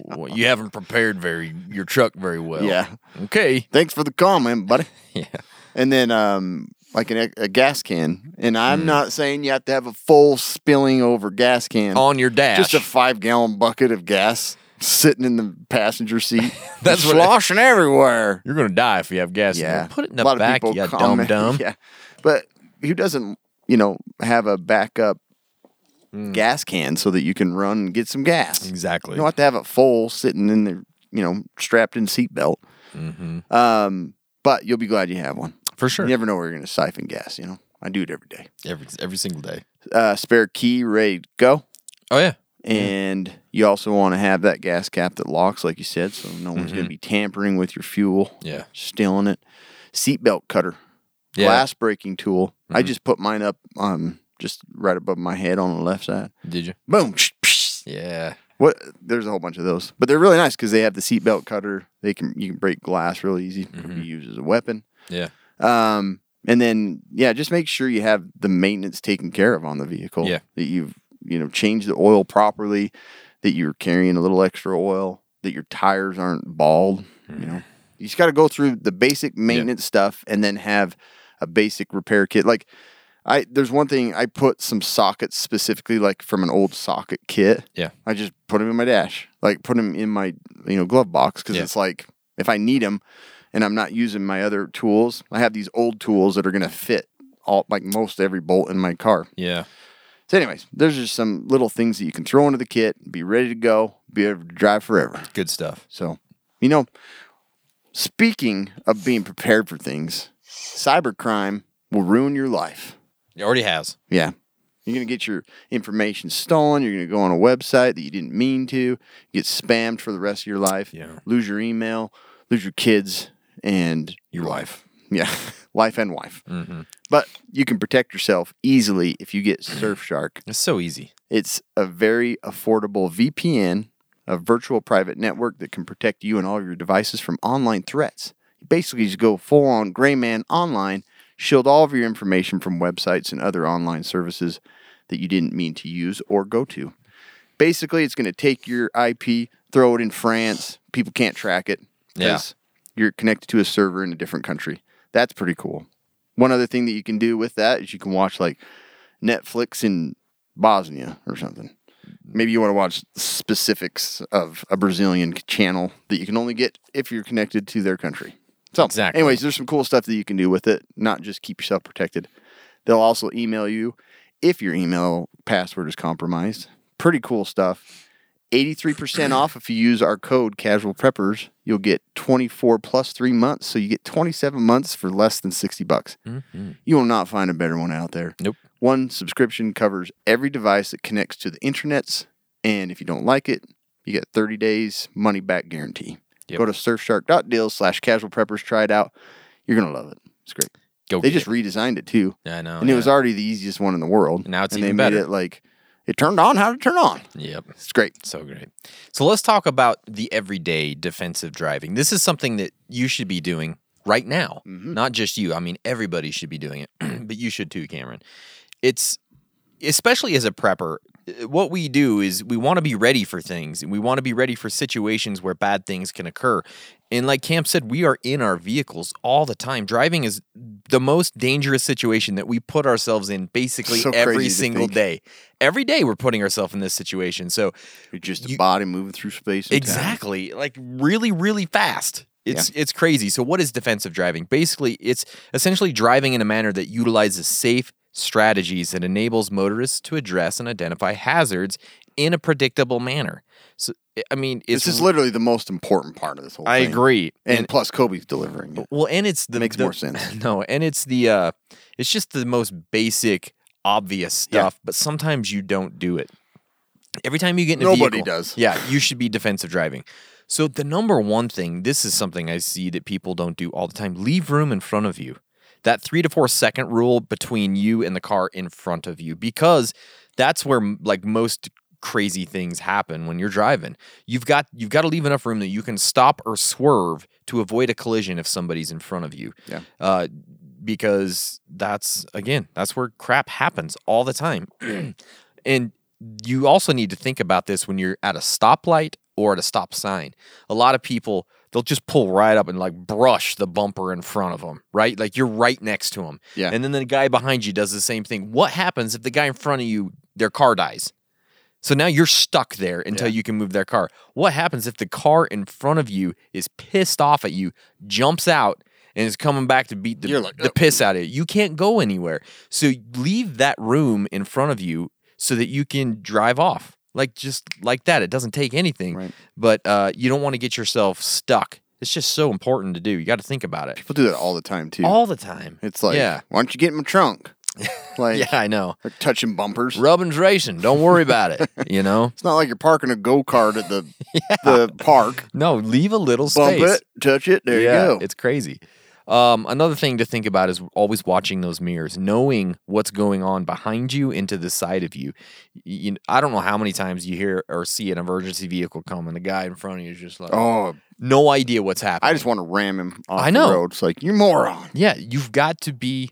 well, you haven't prepared very your truck very well." Yeah. Okay. Thanks for the comment, buddy. <laughs> Yeah. and then um like an, a gas can and Mm. i'm not saying you have to have a full spilling over gas can On your dash. just a five gallon bucket of gas sitting in the passenger seat <laughs> <laughs> That's what- sloshing everywhere You're gonna die if you have gas. in there. yeah Put it in the back. You dumb comment- <laughs> dumb. yeah but who doesn't you know have a backup gas can so that you can run and get some gas Mm. Exactly. you don't have to have it full sitting in there you know strapped in seatbelt Mm-hmm. um but you'll be glad you have one For sure. you never know where you're going to siphon gas, you know? I do it every day. Every every single day. Uh, spare key ready to go. Oh yeah. And you also want to have that gas cap that locks, like you said, so no one's Mm-hmm. going to be tampering with your fuel, Yeah. stealing it. Seatbelt cutter, Yeah. Mm-hmm. glass breaking tool. I just put mine up um, just right above my head on the left side. Did you? Boom. psh. Yeah. What? There's a whole bunch of those, but they're really nice because they have the seatbelt cutter. They can you can break glass really easy. It can be used as a weapon. Mm-hmm. Yeah. Um, and then yeah, just make sure you have the maintenance taken care of on the vehicle. Yeah. That you've you know changed the oil properly, that you're carrying a little extra oil, that your tires aren't bald. You know, Mm-hmm. you just got to go through the basic maintenance stuff and then have a basic repair kit. Like I there's one thing I put some sockets specifically like from an old socket kit. Yeah. I just put them in my dash, like put them in my you know glove box because Yeah. it's like if I need them and I'm not using my other tools, I have these old tools that are gonna fit all like most every bolt in my car. Yeah. So, anyways, there's just some little things that you can throw into the kit, be ready to go, be able to drive forever. Good stuff. So, you know, speaking of being prepared for things, cybercrime will ruin your life. It already has. Yeah. You're going to get your information stolen. You're going to go on a website that you didn't mean to, get spammed for the rest of your life, Yeah. lose your email, lose your kids, and Your wife. Yeah, <laughs> life and wife. But you can protect yourself easily if you get Surfshark. It's so easy. It's a very affordable VPN, a virtual private network that can protect you and all of your devices from online threats. You basically just go full on gray man online, shield all of your information from websites and other online services that you didn't mean to use or go to. Basically, it's going to take your IP, throw it in France. People can't track it Yeah. 'cause you're connected to a server in a different country. That's pretty cool. One other thing that you can do with that is you can watch like Netflix in Bosnia or something. Maybe you want to watch specifics of a Brazilian channel that you can only get if you're connected to their country. So, Exactly. anyways, there's some cool stuff that you can do with it, not just keep yourself protected. They'll also email you if your email password is compromised. Pretty cool stuff. 83% off if you use our code casual preppers you'll get 24 plus 3 months so you get 27 months for less than 60 bucks you will not find a better one out there Nope. one subscription covers every device that connects to the internets and if you don't like it you get 30 days money back guarantee Yep. go to surfshark.deals slash casual preppers try it out you're gonna love it it's great Go. they get just it. redesigned it too I know. and it was yeah. already the easiest one in the world Now it's and even they better. made it like it turned on how to turn on Yep. it's great So great. So let's talk about the everyday defensive driving. This is something that you should be doing right now. Mm-hmm. Not just you. I mean, <clears throat> everybody should be doing it, but you should too, Cameron. It's especially as a prepper, eh, what we do is we want to be ready for things and we want to be ready for situations where bad things can occur. And like Camp said, we are in our vehicles all the time. Driving is the most dangerous situation that we put ourselves in basically So every crazy to single think. day. Every day we're putting ourselves in this situation. So You're just a You- body moving through space. and time. Exactly. Like really, really fast. It's it's crazy. So what is defensive driving? Basically, it's essentially driving in a manner that utilizes safe strategies that enables motorists to address and identify hazards in a predictable manner. So I- I mean, it's This is literally the most important part of this whole I thing. agree. And, plus, Kobe's delivering it. Well, and it's the Makes the- more sense. <laughs> No, and it's the uh it's just the most basic obvious Yeah. stuff, but sometimes you don't do it. Every time you get in a Nobody vehicle- does. Yeah, you should be defensive driving. So the number one thing, this is something I see that people don't do all the time. Leave room in front of you. That 3 to 4 second rule between you and the car in front of you because that's where m- like most crazy things happen when you're driving. You've got you've got to leave enough room that you can stop or swerve to avoid a collision if somebody's in front of you. Yeah. Uh, because that's again, that's where crap happens all the time. <clears throat> and you also need to think about this when you're at a stoplight or at a stop sign. A lot of people they'll just pull right up and like brush the bumper in front of them, right? Like you're right next to them. Yeah. And then the guy behind you does the same thing. What happens if the guy in front of you their car dies? So now you're stuck there until you can move their car. What happens if the car in front of you is pissed off at you, jumps out, and is coming back to beat the, You're like, "Oh, the piss out of you? You can't go anywhere. So leave that room in front of you so that you can drive off. Like just like that. It doesn't take anything. Right. But uh, you don't want to get yourself stuck. It's just so important to do. You got to think about it People do that all the time, too. all the time. it's like, yeah, why don't you get in <laughs> my trunk? Like, yeah, I <laughs> know. they're touching bumpers. Rubbin's racing. Don't worry about <laughs> it. You know. It's not like you're parking a go kart <laughs> at the the park. No, leave a little Bump space. it, touch it. There yeah, you go. It's crazy. Um, another thing to think about is always watching those mirrors, knowing what's going on behind you into the side of you. Y- you- I don't know how many times you hear or see an emergency vehicle come and the guy in front of you is just like, oh, no idea what's happening. I just want to ram him off I know. the road. It's like you moron. yeah, you've got to be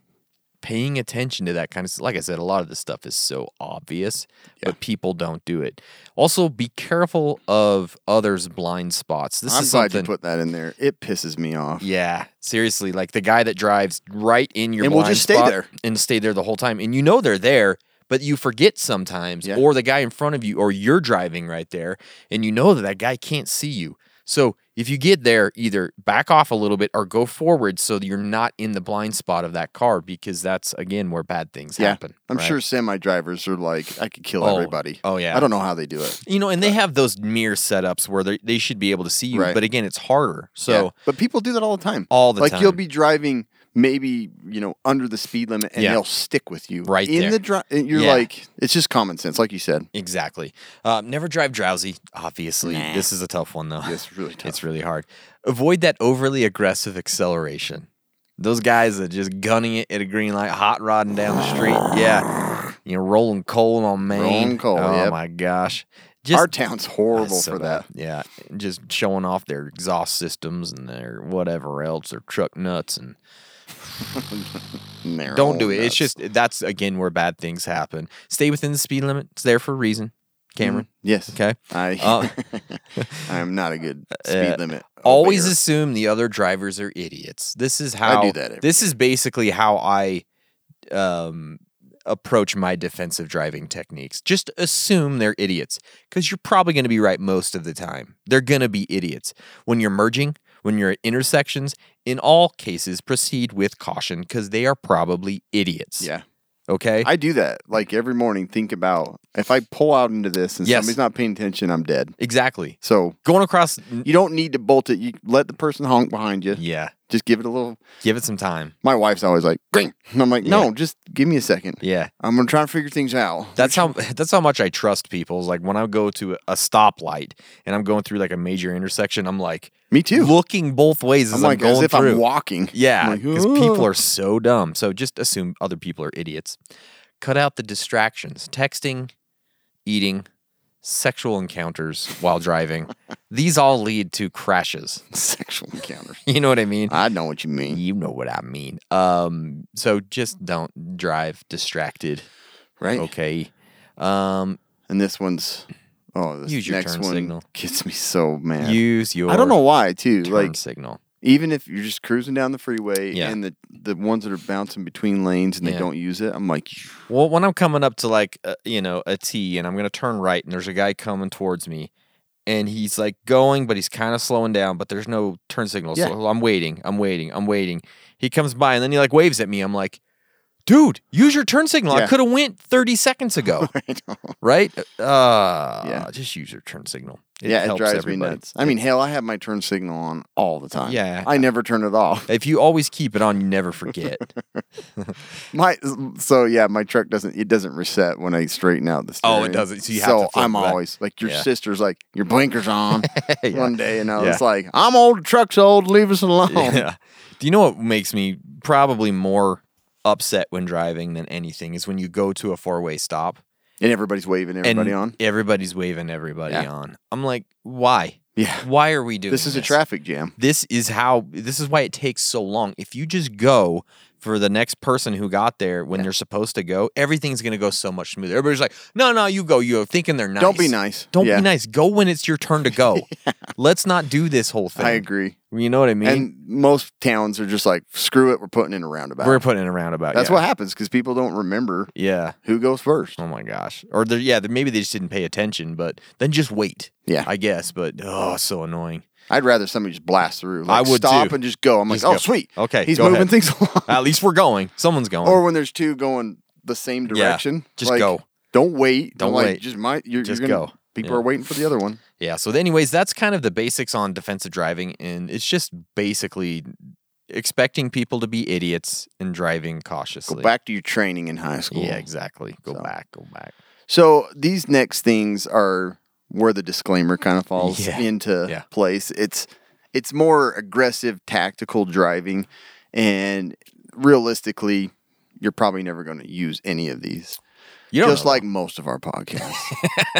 paying attention to that kind of stuff. Like I said, a lot of this stuff is so obvious, but people don't do it. Also, be careful of others' blind spots. This I'm is glad something. you put that in there. It pisses me off. yeah, seriously, like the guy that drives right in your And we'll blind just stay spot there. and stay there the whole time, and you know they're there. But you forget sometimes, Yeah. or the guy in front of you, or you're driving right there, and you know that that guy can't see you. So if you get there, either back off a little bit or go forward so that you're not in the blind spot of that car because that's again where bad things Yeah, happen. I'm right? sure semi drivers are like, I could kill Oh, everybody. oh, yeah. I don't know how they do it. You know, and they have those mirror setups where they they should be able to see you, Right. but again, it's harder. So Yeah. but people do that all the time. All the like you'll time. be driving maybe you know under the speed limit and Yeah. they'll stick with you Right in there. the drive. And you're Yeah. like, it's just common sense, like you said. Exactly. Uh, never drive drowsy. Obviously, this is a tough one though. <laughs> It's really tough. It's really hard. Avoid that overly aggressive acceleration. Those guys that just gunning it at a green light, hot rodding down the street. Yeah, you know, rolling coal on Maine. Rolling coal, Oh yep. my gosh. Our town's horrible That's so for bad. that. Yeah, and just showing off their exhaust systems and their whatever else, their truck nuts, and And they're don't all do it. nuts. It's just that's again where bad things happen. Stay within the speed limit. It's there for a reason, Cameron. Mm, yes. Okay. I <laughs> <laughs> I'm not a good speed Uh, limit. always obeyer. assume the other drivers are idiots. This is how do that every This is basically how I um, approach my defensive driving techniques. Just assume they're idiots because you're probably going to be right most of the time. They're going to be idiots when you're merging, when you're at intersections. In all cases, proceed with caution because they are probably idiots. yeah. Okay. I do that like every morning. Think about if I pull out into this and Yes. somebody's not paying attention, I'm dead. exactly. So Going across. you don't need to bolt it. You let the person honk behind you. Yeah. Just give it a little. Give it some time. My wife's always like, "Green," and I'm like, "No, just give me a second. Yeah. I'm gonna try and figure things out." That's how <laughs> that's how much I trust people. Is like when I go to a stoplight and I'm going through like a major intersection, I'm like Me too. looking both ways as I'm I'm, like, going as if through. I'm walking. yeah, I'm like, because people "Oh." are so dumb. So just assume other people are idiots. Cut out the distractions: texting, eating, sexual encounters while <laughs> driving. These all lead to crashes. <laughs> <laughs> sexual encounters. You know what I mean? I know what you mean, You know what I mean. Um, so just don't drive distracted. right? Okay. Um, And this one's oh, this Use your next turn one signal. gets me so mad. Use your I don't know why too. turn like signal. even if you're just cruising down the freeway Yeah. and the the ones that are bouncing between lanes and they Yeah. don't use it, I'm like, <laughs> Well, when I'm coming up to like uh, you know a T and I'm gonna turn right and there's a guy coming towards me, and he's like going, but he's kind of slowing down, but there's no turn signal, Yeah. so I'm waiting, I'm waiting, I'm waiting. He comes by and then he like waves at me. I'm like, dude, use your turn signal. I Yeah. could have went 30 seconds <laughs> ago, I don't- right? Uh, just use your turn signal. yeah, it helps drives me everybody. nuts. I mean, hell, I have my turn signal on all the time. Yeah. I never turn it off. <laughs> If you always keep it on, you never forget. My so yeah, my truck doesn't it doesn't reset when I straighten out the steering. Oh, it doesn't. So you have to flip I'm that. always like your Yeah. sister's like your blinkers on one day, and I was <laughs> Yeah. like, I'm old, truck's old, leave us alone. <laughs> Yeah. Do you know what makes me probably more upset when driving than anything is when you go to a four way stop And everybody's waving and everybody on. everybody's waving everybody Yeah. on. I'm like, why? Yeah, Why are we doing this is a traffic jam. This is how. This is why it takes so long. If you just go for the next person who got there when they're supposed to go, everything's gonna go so much smoother. Everybody's like, no, no, you go. You go. Thinking they're nice. Don't be nice. Don't Yeah. be nice. Go when it's your turn to <laughs> go. Let's not do this whole thing. I agree. You know what I mean? And most towns are just like, screw it, we're putting in a roundabout. We're putting it around about. That's yeah. what happens because people don't remember Yeah. who goes first. Oh my gosh. Or they're, yeah, they- maybe they just didn't pay attention, but then just wait. Yeah. I guess. But oh, so annoying. I'd rather somebody just blast through. Like, I would stop too. and just go. I'm Just like, oh, go. sweet. Okay, he's go moving ahead. things <laughs> along. At least we're going. Someone's going. or when there's two going the same direction. just like, go. Don't wait. Don't like, wait. Just might. You're, Just you're gonna, go. People Yeah. are waiting for the other one. yeah. So, anyways, that's kind of the basics on defensive driving, and it's just basically expecting people to be idiots and driving Go cautiously. back to your training in high school. Yeah, exactly. Go So. back. Go back. So these next things are where the disclaimer kind of falls Yeah. into Yeah. place. It's it's more aggressive tactical driving, and realistically, you're probably never going to use any of these. You don't just know. like most of our podcasts. <laughs>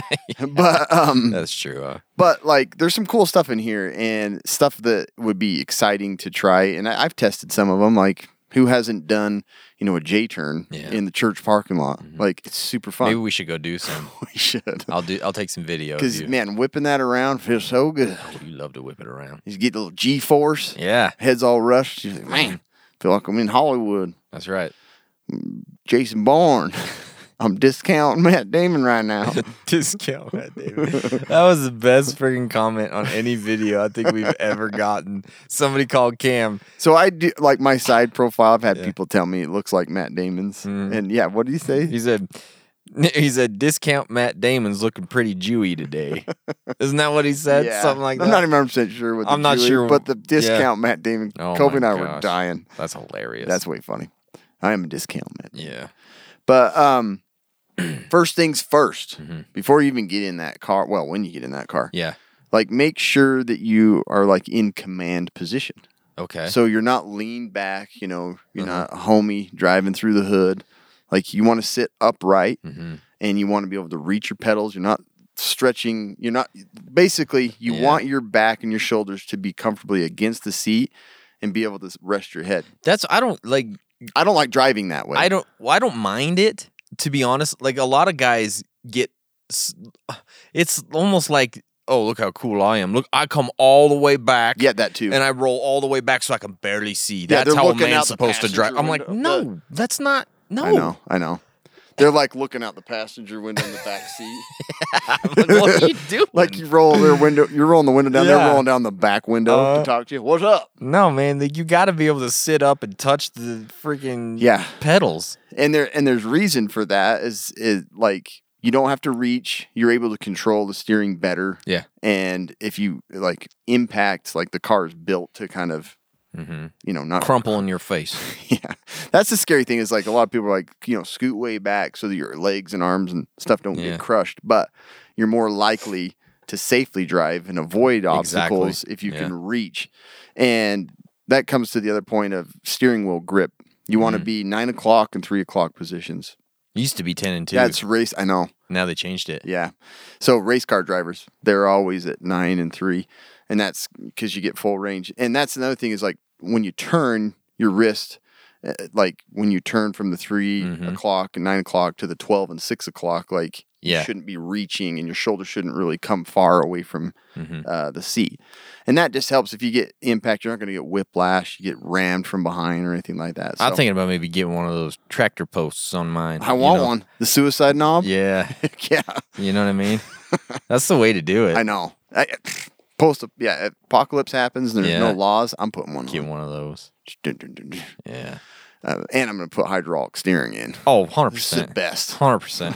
But um, that's true. Uh, but like there's some cool stuff in here and stuff that would be exciting to try and I, i've tested some of them like who hasn't done you know a j-turn Yeah. Mm-hmm. in the church parking lot like it's super fun maybe we should go do some. <laughs> we should I'll do. I'll take some video. of because you. man whipping that around feels so good you love to whip it around. you get a little g-force Yeah, head's all rushed you're like man feel like i'm in hollywood that's right. jason bourne <laughs> i'm discounting matt damon <laughs> right now Discount that, David. That was the best freaking comment on any video I think we've ever gotten. Somebody called Cam. so i do like my side profile i've had people tell me it looks like matt damon's Mm-hmm. and yeah what do you say He said, <laughs> he said, discount Matt Damon's looking pretty Jewy <laughs> today. Isn't that what he said? Yeah. Something like that. I'm not even 100% sure what the I'm not Julie- sure- but the yeah. discount Matt Damon, Oh Kobe and my I were gosh. dying. That's hilarious. That's way funny. I am a discount Matt. yeah. <clears throat> But um, first things 1st Mm-hmm. before you even get in that car, well, when you get in that car, Yeah. like make sure that you are like in command position. Okay. Mm-hmm. So you're not lean back, you know, you're not homie driving through the hood. Like you want to sit upright Mm-hmm. and you want to be able to reach your pedals. You're not stretching, you're not basically you Yeah. want your back and your shoulders to be comfortably against the seat and be able to s- rest your head. that's I don't like I don't like driving that way. I don't well, I don't mind it to be honest. Like a lot of guys get s- <sighs> it's almost like oh look how cool I am. Look I come all the way back. Yeah, that too. and I roll all the way back so I can barely see. Yeah, That's they're how a looking out man's the supposed to drive. passenger I'm like, window. no, that's not. No, I know, I know. Oh. They're like looking out the passenger window in the back seat. I'm <laughs> like, what are <laughs> you doing? like you roll their window, you're rolling the window down, Yeah. they're rolling down the back window to Uh, talk to you. What's up? no, man, like, you got to be able to sit up and touch the freaking Yeah. pedals. and there and there's reason for that is is like you don't have to reach you're able to control the steering better Yeah. and if you like impact like the car is built to kind of you know not Mm-hmm. Crumple in your face. <laughs> yeah that's the scary thing is like a lot of people are like you know scoot way back so that your legs and arms and stuff don't Yeah. get crushed but you're more likely to safely drive and avoid Exactly. obstacles if you Yeah. can reach and that comes to the other point of steering wheel grip you Mm-hmm. want to be nine o'clock and three o'clock positions Used to be ten and two. that's race. I know. now they changed it. Yeah. So race car drivers, they're always at nine and three, and that's because you get full range. And that's another thing is like when you turn your wrist, eh, Mm-hmm. uh, like when you turn from the 3 o'clock and nine o'clock to the twelve and six o'clock, like Yeah. You shouldn't be reaching, and your shoulder shouldn't really come far away from Mm-hmm. uh, the seat. And that just helps if you get impact. You're not going to get whiplash. You get rammed from behind or anything like that. I'm So, thinking about maybe getting one of those tractor posts on mine. I you want know? one. <laughs> The suicide knob. Yeah, <laughs> yeah. you know what I <laughs> mean. That's the way to do it. I know. I, post. A, yeah. Apocalypse happens. and There's Yeah. no laws. I'm putting one. Get on. one of those. Dun, dun, dun, dun. Yeah. Uh, and I'm going to put hydraulic steering in. Oh, 100 It's the percent. best. Hundred <laughs> percent.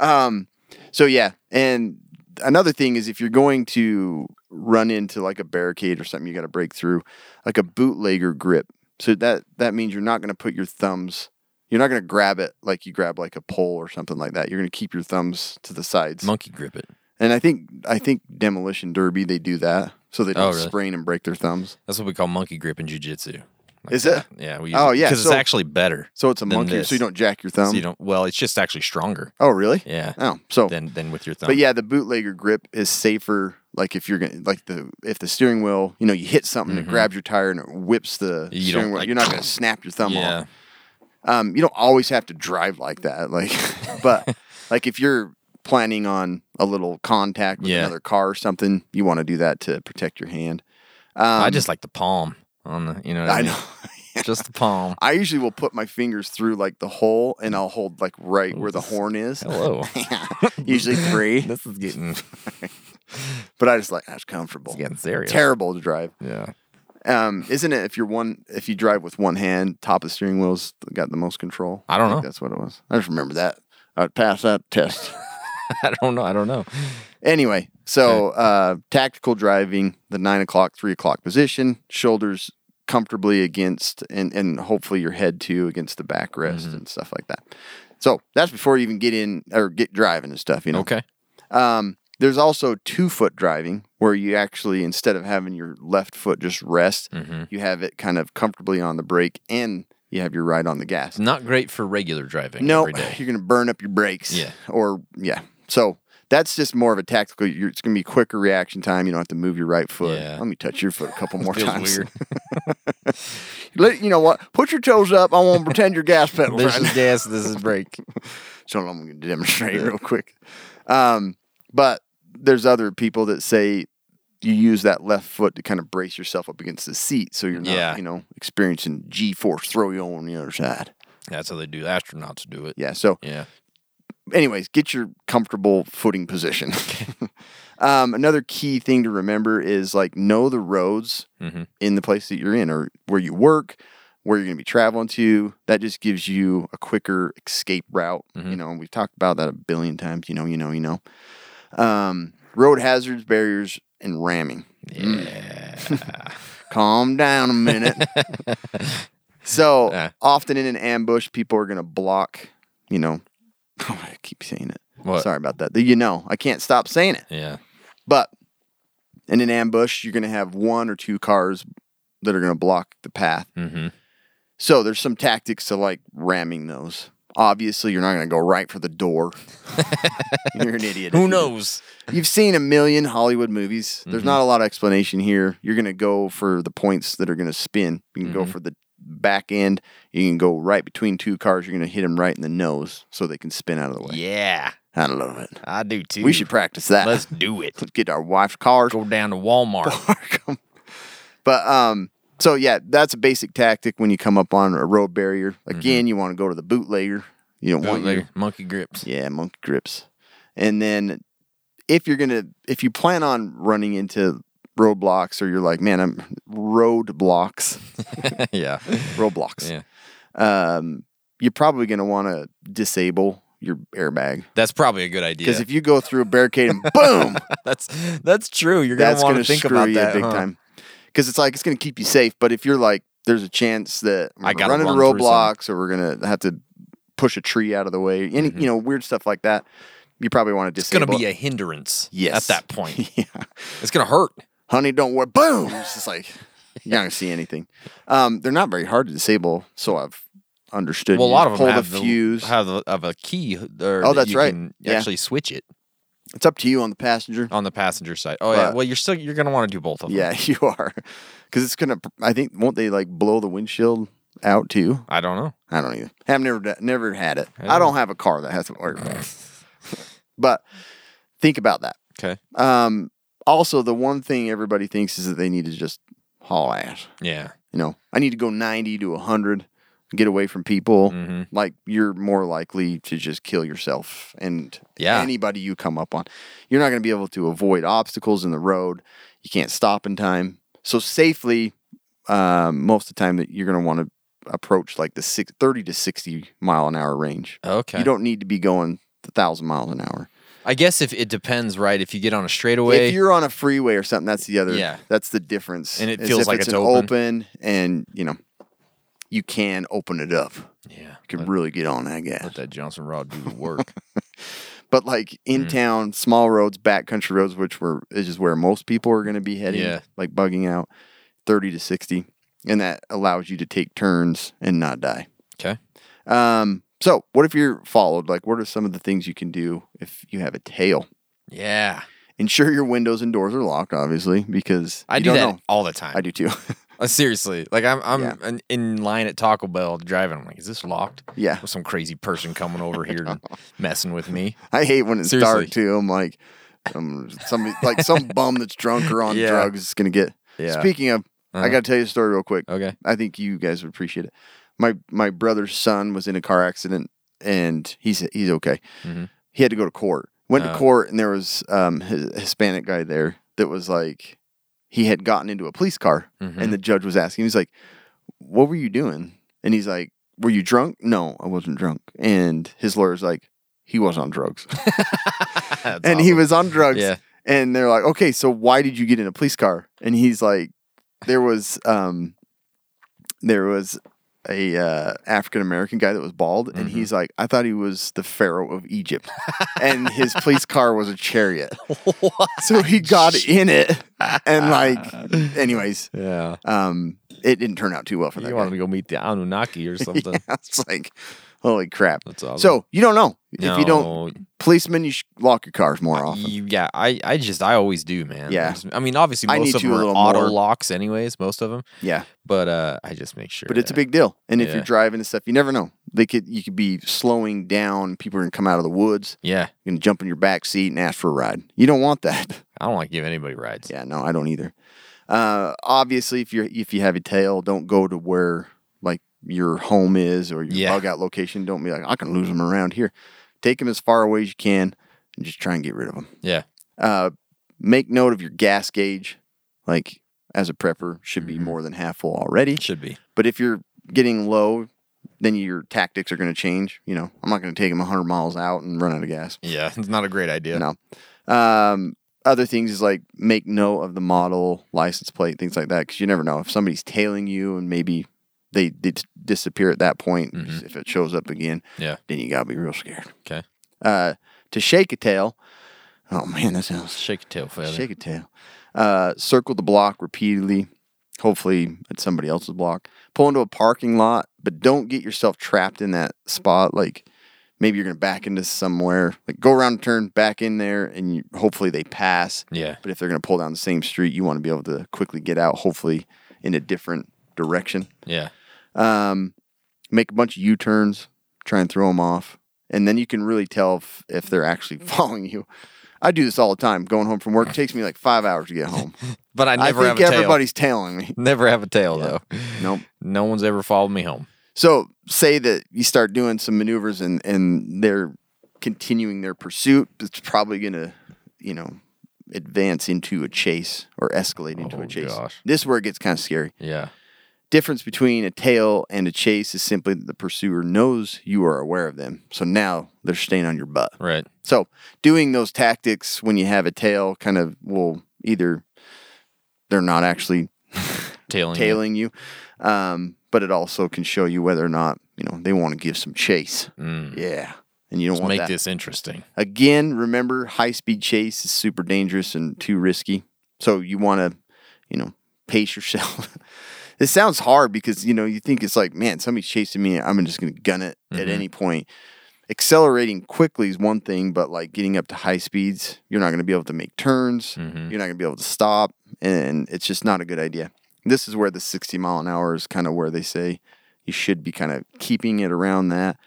So yeah, and another thing is if you're going to run into like a barricade or something, you got to break through, like a bootlegger grip. So that that means you're not going to put your thumbs. You're not going to grab it like you grab like a pole or something like that. You're going to keep your thumbs to the sides. Monkey grip it. And I think I think demolition derby they do that so they don't Oh, really? sprain and break their thumbs. That's what we call monkey grip in jujitsu. Like Is that. it? Yeah. We Oh, yeah, Because so- it's actually better. So it's a than monkey, this. so you don't jack your So thumb. you don't. Well, it's just actually stronger. oh really? Yeah. Oh, so Than than with your thumb. But yeah, the bootlegger grip is safer. Like if you're gonna like the if the steering wheel, you know, you hit something, it grabs your tire and it whips the Mm-hmm. You don't, steering wheel. like, you're not gonna snap your thumb Yeah. off. Um, you don't always have to drive like that. Like, <laughs> <laughs> but like if you're planning on a little contact with Yeah. another car or something, you want to do that to protect your hand. I just like the palm on the. You know. What I, um, I mean? know. <laughs> Just the palm. I usually will put my fingers through like the hole and I'll hold like right where the horn is. Hello. <laughs> <laughs> usually three, this is getting it's but I just like that's comfortable. getting serious. Terrible to drive. Yeah. <laughs> Um, isn't it if you're one if you drive with one hand, top of the steering wheel's got the most control? I don't think know. That's what it was. I just remember that. I'd pass that <laughs> test. I don't know. I don't know. anyway, so uh, tactical driving, the nine o'clock, three o'clock position, shoulders comfortably against and and hopefully your head too against the backrest Mm-hmm. and stuff like that. So that's before you even get in or get driving and stuff, you know. Okay. Um, there's also two foot driving where you actually, instead of having your left foot just rest, Mm-hmm. you have it kind of comfortably on the brake and you have your right on the gas. It's not great for regular driving. No, <laughs> every day. you're going to burn up your brakes. Yeah. Or, yeah. So that's just more of a tactical, you're, it's going to be quicker reaction time. You don't have to move your right foot. Yeah. Let me touch your foot a <laughs> couple more Feels times. weird. <laughs> Let, you know what? Put your toes up. I want to pretend <laughs> your gas pedal. This is gas. This <laughs> is brake. So I'm going to demonstrate real quick. Um, but there's other people that say you use that left foot to kind of brace yourself up against the seat, so you're not, Yeah. you know, experiencing G force throw you on the other side. That's how they do. Astronauts do it. Yeah. So, Yeah. anyways, get your comfortable footing position. <laughs> um, another key thing to remember is like know the roads Mhm. in the place that you're in or where you work, where you're going to be traveling to. That just gives you a quicker escape route. Mm-hmm. You know, and we've talked about that a billion times. You know, you know, you know. Um, road hazards, barriers, and ramming. Mm. <laughs> Calm down <laughs> a minute. so Yeah. often in an ambush, people are going to block. You know, <laughs> Oh, I keep saying it. What? Sorry about that. The you know, I can't stop saying it. Yeah. But in an ambush, you're going to have one or two cars that are going to block the path. Mm-hmm. So there's some tactics to like ramming those. Obviously, you're not going to go right for <laughs> the door. you're an idiot. if Who you do. knows? Mm-hmm. You've seen a million Hollywood movies. There's not a lot of explanation here. You're going to go for the points that are going to spin. You can Mm-hmm. go for the back end. You can go right between two cars. You're going to hit them right in the nose so they can spin out of the way. Yeah. I love it. I do too. We should practice that. Let's do it. Let's get our wife's cars. Go down <laughs> to Walmart. park 'em. But um, so yeah, that's a basic tactic when you come up on a road barrier. Again, you want to go to the bootlegger. You don't want your Mm-hmm. Bootlegger, Monkey grips. yeah, monkey grips. And then if you're gonna if you plan on running into roadblocks or you're like, man, I'm <laughs> roadblocks, <laughs> yeah. roadblocks. Yeah. Um, you're probably gonna want to disable your airbag That's probably a good idea. because if you go through a barricade and boom, <laughs> that's that's true. You're gonna that's want gonna to think screw about you that big huh? time. Because it's like it's gonna keep you safe, but if you're like, there's a chance that we're I gonna gotta run into run through roadblocks or we're gonna have to push a tree out of the way, any you know weird stuff like that. You probably want to Mm-hmm. It's gonna disable. be it. a hindrance. Yes. At that <laughs> point, yeah. it's gonna hurt. honey, don't worry. <laughs> Boom. It's just like you're not gonna see anything. Um, they're not very hard to disable, so I've understood. Well, a You lot of them pull have the fuse. have a, have a key. Or Oh, that that's you right. Can Yeah. Actually, switch it it's up to you on the passenger. on the passenger side. Oh yeah. But- Well, you're still you're gonna want to do both of them. Yeah, <laughs> you are, because it's gonna. I think won't they like blow the windshield out too? I don't know. I don't either. I've never d- never had it. I Yeah. don't have a car that has an airbag. <laughs> But think about that. Okay. Um, also, the one thing everybody thinks is that they need to just haul ass. Yeah. You know, I need to go 90 to 100, get away from people. Mm-hmm. Like, you're more likely to just kill yourself and Yeah. anybody you come up on. You're not going to be able to avoid obstacles in the road. You can't stop in time. So, safely, um, most of the time, that you're going to want to approach like the six, 30 to 60 mile an hour range. Okay. You don't need to be going a thousand miles an hour. I guess if it depends, right? If you get on a straightaway, If you're on a freeway or something, that's the other. Yeah. that's the difference. And it is feels if like it's, it's an open. and you know, you can open it up. yeah, You can let, really get on that gas. let that Johnson rod do the <laughs> work. But like Mm. in town, small roads, backcountry roads, which were is just where most people are going to be heading. Yeah. like bugging out, thirty to sixty, and that allows you to take turns and not die. okay. Um, so what if you're followed? Like, what are some of the things you can do if you have a tail? Yeah, Ensure your windows and doors are locked, obviously, because I you do don't that know. all the time. I do too. <laughs> Uh, seriously, like I'm I'm Yeah. in, in line at Taco Bell driving. I'm like, is this locked? Yeah. With some crazy person coming over <laughs> here and messing with me. I hate when it's Seriously. dark too. I'm like, um, somebody <laughs> like some bum that's drunk or on Yeah. drugs is gonna get. Yeah. Speaking of, Uh-huh. I gotta tell you a story real quick. Okay. I think you guys would appreciate it. My my brother's son was in a car accident and he's he's okay. Mhm. He had to go to court. Went Oh. to court and there was um his Hispanic guy there that was like he had gotten into a police car Mhm. and <laughs> the judge was asking. He's like, "What were you doing?" And he's like, "Were you drunk?" No, I wasn't drunk. And his lawyer's like, "He was on drugs." <laughs> That's and he awesome. was on drugs. Yeah. And they're like, okay, so why did you get in a police car? And he's like, there was um, there was a uh, African American guy that was bald, Mm-hmm. and he's like, I thought he was the Pharaoh of Egypt, and his police car was a chariot. <laughs> So he got in it, <laughs> and like, anyways, Yeah. um, it didn't turn out too well for that You guy. wanted to go meet the Anunnaki or something. <laughs> Yeah, it's like, holy crap. That's awesome. So you don't know if you No. don't policemen. You should lock your cars more often. You- yeah, I, I just I always do, man. Yeah. I, just- I mean, obviously I most need of to them a are little auto more. locks, anyways, most of them. yeah. But uh, I just make sure. but it's a that- big deal. And if Yeah. you're driving and stuff, you never know. They could you could be slowing down. People are gonna come out of the woods. Yeah, You're gonna jump in your back seat and ask for a ride. You don't want that. <laughs> I don't like giving anybody rides. yeah, no, I don't either. Uh, obviously, if you're if you have a tail, don't go to where like your home is or your Yeah. bug out location. Don't be like I can lose them around here. Take them as far away as you can and just try and get rid of them. Yeah. Uh, make note of your gas gauge. Like as a prepper, should Mm-hmm. be more than half full already. It should be. But if you're getting low, then your tactics are going to change. You know, I'm not going to take them 100 miles out and run out of gas. Yeah, <laughs> it's not a great idea. No. Um, other things is like make note of the model, license plate, things like that, because you never know if somebody's tailing you and maybe they did disappear at that point. If it shows up again, Mm-hmm. Yeah. then you gotta be real scared. Okay. Uh, to shake a tail. Oh man, that sounds Shake a tail feather. Shake a tail. Uh, circle the block repeatedly. Hopefully, it's somebody else's block. Pull into a parking lot, but don't get yourself trapped in that spot. Like maybe you're going to back into somewhere. Like go around, a turn back in there, and you, hopefully they pass. Yeah. But if they're going to pull down the same street, you want to be able to quickly get out. Hopefully, in a different direction. Yeah. Um, make a bunch of U turns, try and throw them off, and then you can really tell if, if they're actually Mm. following you. I do this all the time. Going home from work it takes me like five hours to get home. But I I <laughs> never think have a tail. everybody's tailing me. <laughs> Never have a tail though. Nope. No one's ever followed me home. So say that you start doing some maneuvers and and they're continuing their pursuit. It's probably gonna, you know, advance into a chase or escalate into Oh, a chase. gosh. This is where it gets kind of scary. Yeah. difference between a tail and a chase is simply that the pursuer knows you are aware of them. So now they're staying on your butt. Right. So doing those tactics when you have a tail kind of will either they're not actually Tailing. you. tailing you, um, but it also can show you whether or not you know they want to give some chase. Yeah, and you don't Mm. Let's want make that. this interesting. Again, remember high speed chase is super dangerous and too risky. So you want to, you know, pace yourself. <laughs> it sounds hard because, you know, you think it's like, man, somebody's chasing me. I'm just going to gun it at any point. Accelerating quickly is one thing, but like getting up to high speeds, you're not going to be able to make turns. You're not going to be able to stop. And it's just not a good idea. This is where the 60 mile an hour is kind of where they say you should be kind of keeping it around that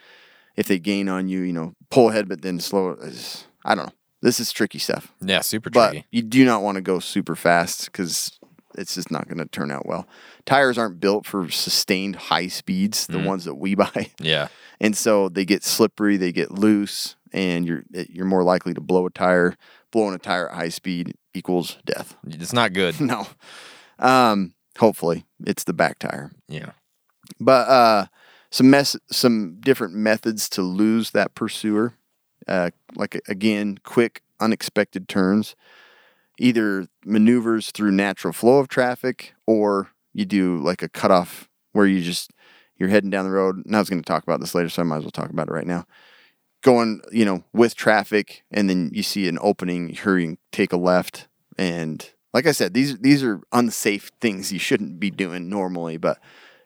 if they gain on you, you know, pull ahead, but then slow. It's- I don't know. This is tricky stuff. Yeah, super but tricky. you do not want to go super fast because it's just not going to turn out well. Tires aren't built for sustained high speeds, the ones that we <laughs> buy, yeah. and so they get slippery, they get loose, and you're it- you're more likely to blow a tire. Blowing a tire at high speed equals death. <laughs> It's not <laughs> good. No, um, hopefully it's the back tire, yeah. but uh, some mess some different methods to lose that pursuer. Uh, like again, quick, unexpected turns either maneuvers through natural flow of traffic or you do like a cutoff where you just you're heading down the road and i was going to talk about this later so i might as well talk about it right now going you know with traffic and then you see an opening you hurry and take a left and like i said these these are unsafe things you shouldn't be doing normally but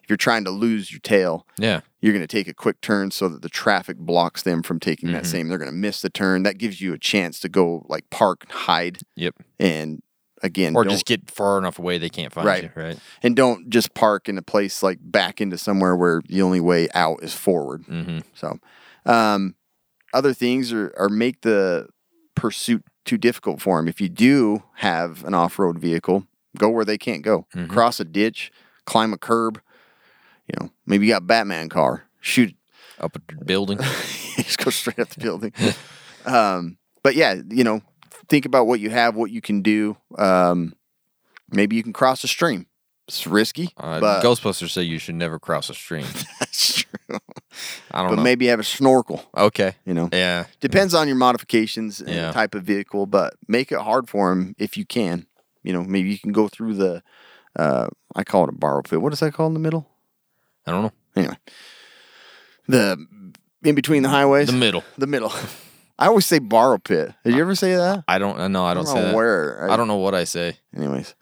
if you're trying to lose your tail Yeah. you're going to take a quick turn so that the traffic blocks them from taking Mm-hmm. that same they're going to miss the turn that gives you a chance to go like park and hide Yep. and again Or don't- just get far enough away they can't find Right. you. Right. and don't just park in a place like back into somewhere where the only way out is forward Mm-hmm. so um, other things are, are make the pursuit too difficult for them if you do have an off-road vehicle go where they can't go Mm-hmm. cross a ditch climb a curb you know maybe you got a batman car shoot Up at the <laughs> building. <laughs> just go straight up the building. Um, but yeah, you know, think about what you have, what you can do. Um, maybe you can cross a stream. It's risky, Uh, but <laughs> Ghostbusters say you should never cross a <laughs> stream. that's true. I don't But know. maybe have a snorkel. okay. You know, Yeah. depends on your modifications and Yeah. the type of vehicle, but make it hard for them if you can. You know, maybe you can go through the. Uh, I call it a borrow pit. What is that called in the middle? I don't know. Anyway, the in between the highways, The middle. the middle. <laughs> I always say borrow pit. Did you ever say that? I don't. I know. I don't, I don't say know that. where, I- I don't know what I say. anyways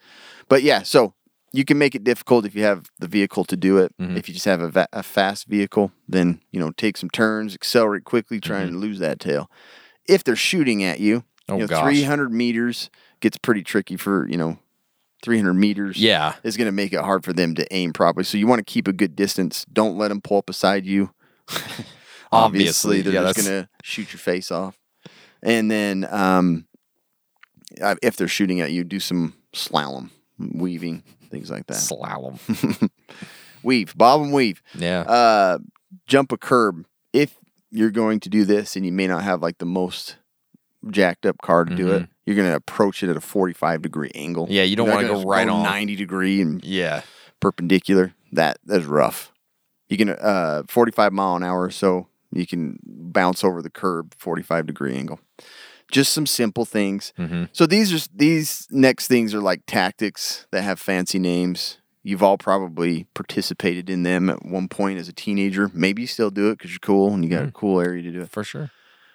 but yeah so you can make it difficult if you have the vehicle to do it Mm-hmm. if you just have a, va- a fast vehicle then you know take some turns accelerate quickly trying to lose that tail if they're shooting at you Mm-hmm. Oh, you know, gosh. 300 meters gets pretty tricky for you know 300 meters Yeah. is going to make it hard for them to aim properly so you want to keep a good distance don't let them pull up beside <laughs> you obviously, they're yeah, just that's- going to shoot your face off. And then, um, uh, if they're shooting at you, do some slalom, weaving, things like that. Slalom. <laughs> weave, bob and weave. Yeah. Uh, jump a curb. If you're going to do this and you may not have like the most jacked up car to do it, you're going to approach it at a 45 degree angle. Mm-hmm. Yeah, you don't You're not wanna gonna go right on. 90 degree and yeah. perpendicular. That that's rough. You can uh 45 mile an hour or so. You can bounce over the curb 45 degree angle. Just some simple things. Mm-hmm. So these are these next things are like tactics that have fancy names. You've all probably participated in them at one point as a teenager. Maybe you still do it because you're cool and you got a cool area to do it. For sure.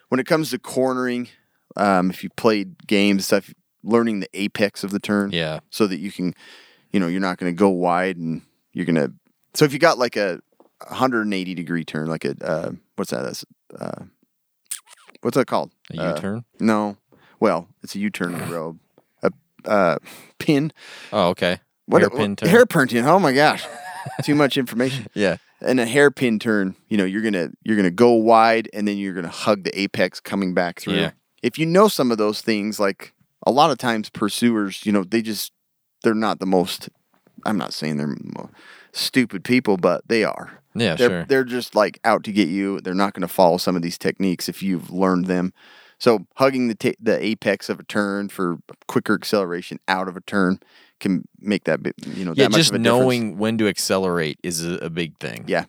When it comes to cornering, um, if you played games stuff, learning the apex of the turn Yeah. so that you can, you know, you're not going to go wide and you're going to. So if you got like a 180 degree turn, like a uh, what's that? That's uh, what's that called? A Uh, U-turn? No, well, it's a U-turn on the road. A uh, pin. Oh, okay. Hairpin turn. Hairpin turn. Oh my gosh, too much information. Yeah. And a hairpin turn, you know, you're gonna you're gonna go wide and then you're gonna hug the apex coming back through. Yeah. If you know some of those things, like a lot of times pursuers, you know, they just they're not the most. I'm not saying they're mo- stupid people, but they are. Yeah, they're, sure. They're just like out to get you. They're not going to follow some of these techniques if you've learned them. So hugging the ta- the apex of a turn for quicker acceleration out of a turn can make that bit, you know Yeah, that much just of a difference. knowing when to accelerate is a, a big thing. Yeah.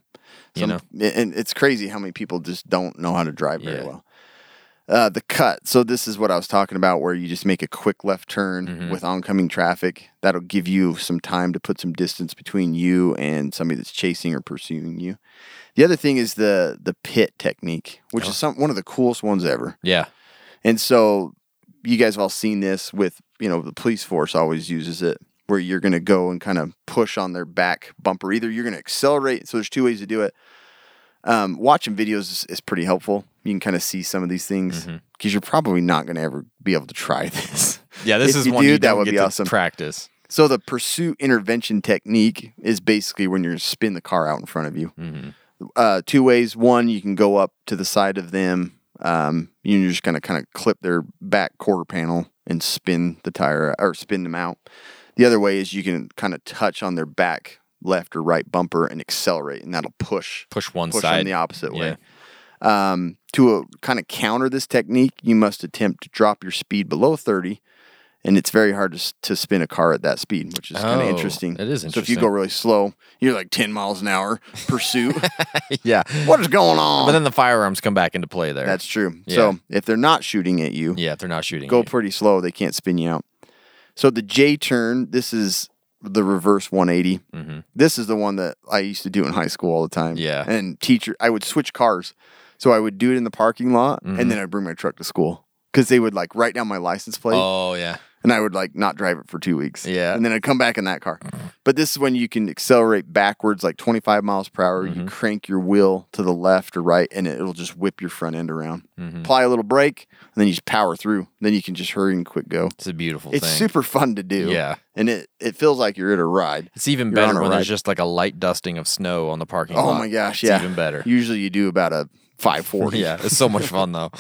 You Some- know? and it's crazy how many people just don't know how to drive very Yeah. well. Uh, the cut. So this is what I was talking about, where you just make a quick left turn Mm-hmm. with oncoming traffic. That'll give you some time to put some distance between you and somebody that's chasing or pursuing you. The other thing is the the pit technique, which Oh. is some one of the coolest ones ever. Yeah. And so you guys have all seen this with, you know, the police force always uses it where you're going to go and kind of push on their back bumper. Either you're going to accelerate. So there's two ways to do it. Um, watching videos is, is pretty helpful. You can kind of see some of these things because you're probably not going to ever be able to try <laughs> this. Yeah, this If is you one do, you that don't would get be to awesome. practice. So the pursuit intervention technique is basically when you Mm-hmm. spin the car out in front of you. Uh, two ways. One, you can go up to the side of them Um, you're just gonna kind of clip their back quarter panel and spin the tire or spin them out. The other way is you can kind of touch on their back left or right bumper and accelerate, and that'll push Push one push side. them the opposite Yeah. way. Um, to kind of counter this technique, you must attempt to drop your speed below 30, and it's very hard to, s- to spin a car at that speed, which is kind Oh, of interesting. that is So if you go interesting. really slow, you're like 10 miles an <laughs> hour pursuit. yeah. what is going on? But then the firearms come back into play there. That's true. Yeah. So if they're not shooting at you, yeah, if they're not shooting. go you. pretty slow. They can't spin you out. So the J turn, this is the reverse 180. This is the one that I used to do in high school all the time. Yeah. And teacher, I would switch cars. So I would do it in the parking lot and then I'd bring my truck to school because they would like write down my license plate Oh yeah. and I would like not drive it for two weeks. Yeah. And then I'd come back in that car. But this is when you can accelerate backwards like 25 miles per hour. Mm-hmm. You crank your wheel to the left or right and it'll just whip your front end around. Mm-hmm. Apply a little brake and then you just power through. Then you can just hurry and quick go. It's a beautiful It's thing. super fun to do. Yeah. And it, it feels like you're at a ride. It's even You're on better a when there's ride. just like a light dusting of snow on the parking Oh lot. my gosh. It's Yeah. even better. Usually you do about a 540. <laughs> yeah, it's so much fun <laughs> though.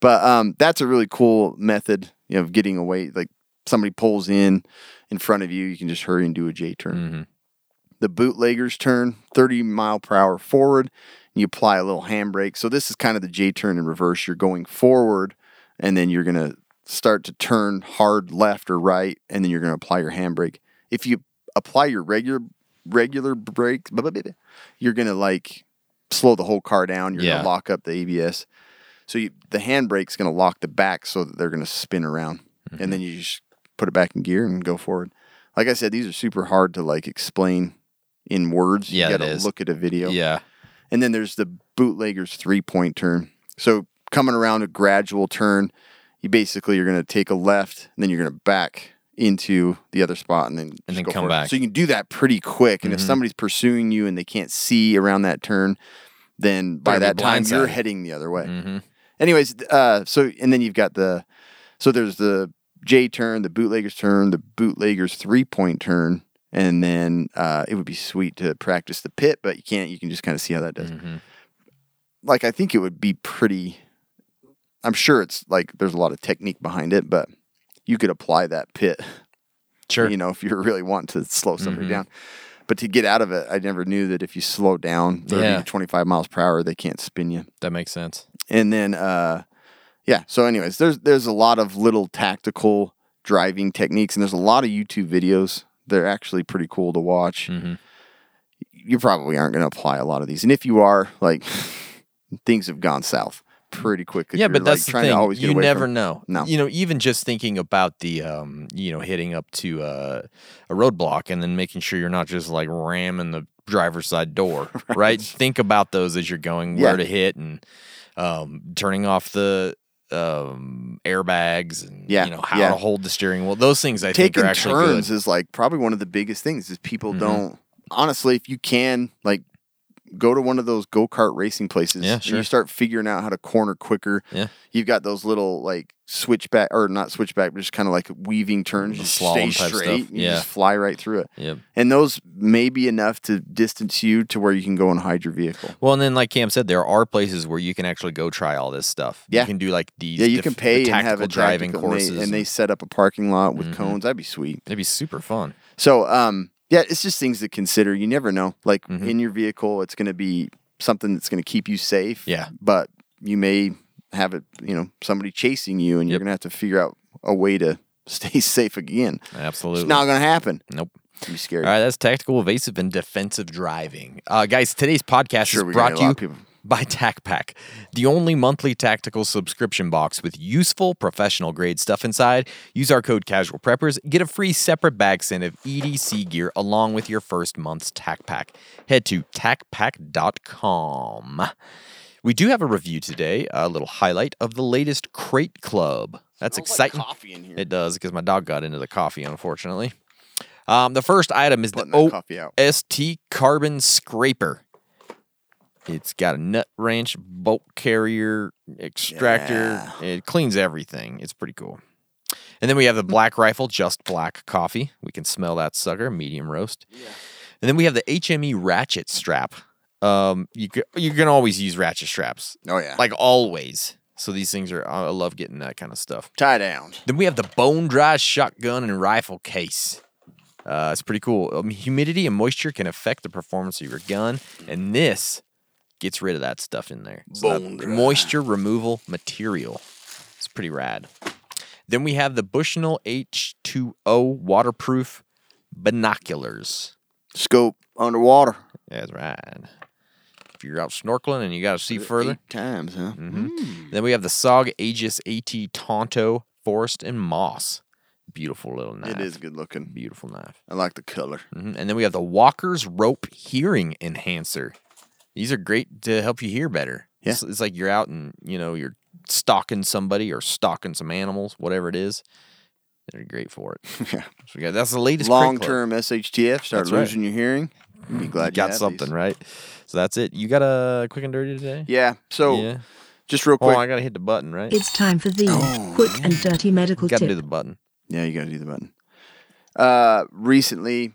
But um, that's a really cool method you know, of getting away. Like somebody pulls in in front of you, you can just hurry and do a J turn. The bootlegger's turn, 30 mile per hour forward, and you apply a little handbrake. So this is kind of the J turn in reverse. You're going forward, and then you're going to start to turn hard left or right, and then you're going to apply your handbrake. If you apply your regular regular brake, blah, blah, blah, blah, you're going to like slow the whole car down. You're Yeah. going to lock up the ABS. So you, the handbrake's going to lock the back so that they're going to spin around, and then you just put it back in gear and go forward. Like I said, these are super hard to like explain in words. Yeah, you it got to is. look at a video. Yeah. And then there's the bootlegger's three point turn. So coming around a gradual turn, you basically you're going to take a left, and then you're going to back into the other spot, and then just then go come forward. back. Mm-hmm. So you can do that pretty quick. And if somebody's pursuing you and they can't see around that turn, then by They're that gonna time be you're blindsided. heading the other way. Mm-hmm. Anyways, th- uh, so and then you've got the so there's the J turn, the bootlegger's turn, the bootlegger's three point turn, and then uh, it would be sweet to practice the pit, but you can't. You can just kind of see how that Mm-hmm. does. Like I think it would be pretty. I'm sure it's like there's a lot of technique behind it, but you could apply that pit. Sure. Mm-hmm. You know, if you really want to slow somebody down. But to get out of it, I never knew that if you slow down 30 Yeah. to 25 miles per hour, they can't spin you That makes sense. and then uh yeah so anyways there's there's a lot of little tactical driving techniques and there's a lot of youtube videos they're actually pretty cool to watch Mm-hmm. you probably aren't going to apply a lot of these and if you are like <laughs> things have gone south pretty quickly yeah, You're, but that's like, the trying thing. to always get you away never from- know. No. You know, even just thinking about the, um, you know, hitting up to uh, a roadblock and then making sure you're not just like ramming the driver's side door, <laughs> right? Think about those as you're going, where Yeah. to hit, and um, turning off the um, airbags, and Yeah, you know how yeah. to hold the steering wheel. Those things I think taking are actually turns good. Mm-hmm. is like probably one of the biggest things is people don't honestly if you can like go to one of those go-kart racing places Yeah, and sure. you start figuring out how to corner quicker Yeah. you've got those little like switchback or not switchback but just kind of like weaving turns The just stay slalom type stuff, straight and you yeah. just fly right through it Yep. and those may be enough to distance you to where you can go and hide your vehicle Well, and then like Cam said, there are places where you can actually go try all this stuff. Yeah. you can do like these. yeah you dif- can pay the and have tactical a driving tactical- and courses, Mm-hmm. they- and they set up a parking lot with cones that'd be sweet it'd be super fun. So, um, yeah, it's just things to consider. You never know. Like Mm-hmm. in your vehicle, it's going to be something that's going to keep you safe. Yeah. But you may have it, you know, somebody chasing you, and you're Yep. going to have to figure out a way to <laughs> stay safe again. Absolutely. It's not going to happen. nope. It's gonna be scary. All right, that's tactical, evasive, and defensive driving. Uh, guys, today's podcast Sure, is we brought got a lot to of you people. by TacPack, the only monthly tactical subscription box with useful professional grade stuff inside. Use our code Casual Preppers, get a free separate bag sent of EDC gear along with your first month's TacPack. Head to TacPack.com. We do have a review today, a little highlight of the latest Crate Club. That's exciting. coffee in here. It does because my dog got into the coffee, unfortunately. Um, the first item is Putting that the coffee out. OST carbon scraper. It's got a nut wrench, bolt carrier, extractor. It cleans everything. It's pretty cool. And then we have the Black Rifle Just Black Coffee. We can smell that sucker, medium roast. And then we have the E HME ratchet strap. Um, you c- you can always use ratchet straps, Oh yeah. like always. So these things are I I love getting that kind of stuff. Tie down. Then we have the bone dry shotgun and rifle case. Uh, it's pretty cool. Um, humidity and moisture can affect the performance of your gun, and this gets rid of that stuff in there. So that Bone dry. moisture removal material. It's pretty rad. Then we have the Bushnell H2O waterproof binoculars. Scope underwater. That's right. If you're out snorkeling and you got to see further, Mm-hmm. Eight times, huh? Hmm. then we have the SOG Aegis AT Tonto Forest and Moss. Beautiful little knife. It is good looking. Beautiful knife. I like the color. <laughs> Mhm. And then we have the Walker's Rope Hearing Enhancer. These are great to help you hear better. Yeah. It's, it's like you're out and, you know, you're stalking somebody or stalking some animals, whatever it is. They're great for it. Yeah. So we got, that's the latest. Crate Club. Long term SHTF. Start That's right. losing your hearing. Be glad You got have something, these. right? So that's it. You got a quick and dirty today? Yeah. So Yeah. just real Oh, quick. I got to hit the button, right? It's time for the quick and dirty medical got to Oh, do tip. the button. Yeah, you got to do the button. Uh, recently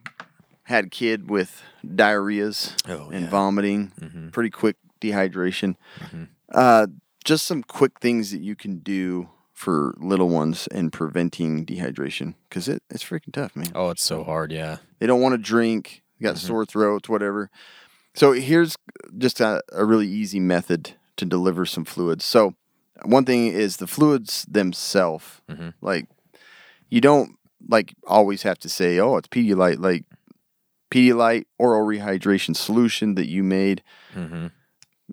had a kid with diarrheas Oh, and yeah. vomiting, Mm-hmm. pretty quick dehydration. Uh, just some quick things that you can do for little ones and preventing dehydration because it, it's freaking tough, man. Oh, it's so hard. Yeah. They don't want to drink, got Mm-hmm. sore throats, whatever. So here's just a, a really easy method to deliver some fluids. So one thing is the fluids themselves. Mm-hmm. Like you don't like always have to say, oh, it's Pedialyte. Like Pedialyte oral rehydration solution that you made Mm-hmm.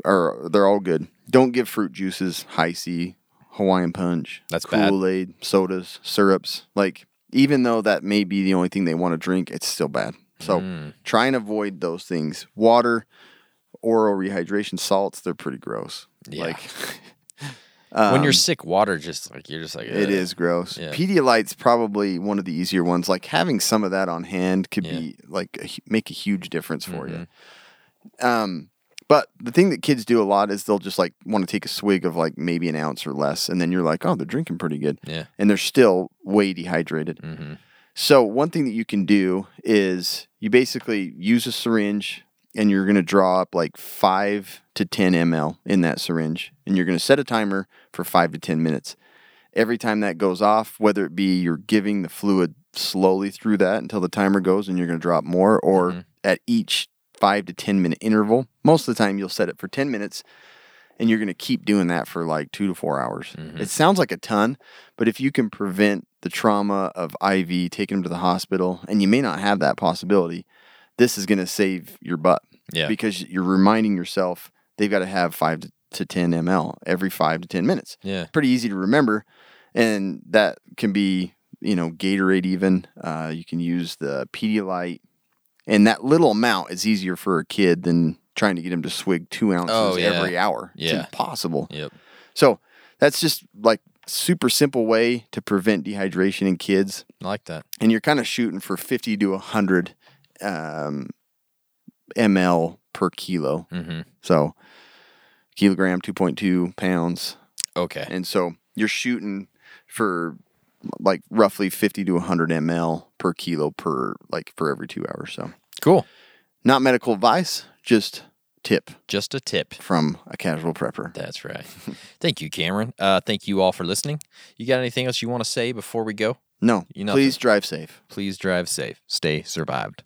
are they're all good. Don't give fruit juices, high C, Hawaiian punch, That's bad. Kool-Aid, sodas, syrups. Like even though that may be the only thing they want to drink, it's still bad. So Mm. try and avoid those things. Water, oral rehydration salts, they're pretty gross. Yeah. Like <laughs> when you're sick, water just like you're just like Um, it "Ugh." is gross. Yeah. Pedialyte's probably one of the easier ones. Like having some of that on hand could be like a, hu- make a huge difference for you. Um, Mm-hmm. but the thing that kids do a lot is they'll just like want to take a swig of like maybe an ounce or less, and then you're like, oh, they're drinking pretty good, Yeah. mm-hmm, and they're still way dehydrated. So one thing that you can do is you basically use a syringe and you're going to draw up like 5 to 10 ml in that syringe and you're going to set a timer for 5 to 10 minutes. Every time that goes off, whether it be you're giving the fluid slowly through that until the timer goes and you're going to drop more or at each 5 to 10 minute interval, most of the time you'll set it for 10 minutes and you're going to keep doing that for like 2 to 4 hours. mm-hmm. It sounds like a ton, but if you can prevent the trauma of IV, taking them to the hospital, and you may not have that possibility, this is going to save your butt. Yeah. Because you're reminding yourself they've got to have five to, to 10 ml every five to 10 minutes. Yeah. Pretty easy to remember. And that can be, you know, Gatorade even. Uh, you can use the Pedialyte. And that little amount is easier for a kid than trying to get him to swig two ounces Oh, yeah. every hour. It's Yeah. impossible. Yep. So that's just like super simple way to prevent dehydration in kids. I like that. And you're kind of shooting for 50 to 100 um, ml per kilo. Mhm. So kilogram, 2.2 pounds. Okay. And so you're shooting for like roughly 50 to 100 ml per kilo per like for every two hours. So cool. not medical advice, just tip Just a tip. from a casual prepper. That's <laughs> right. thank you, Cameron. Uh, thank you all for listening. You got anything else you want to say before we go? No, You know- please drive safe. Please drive safe. Stay survived.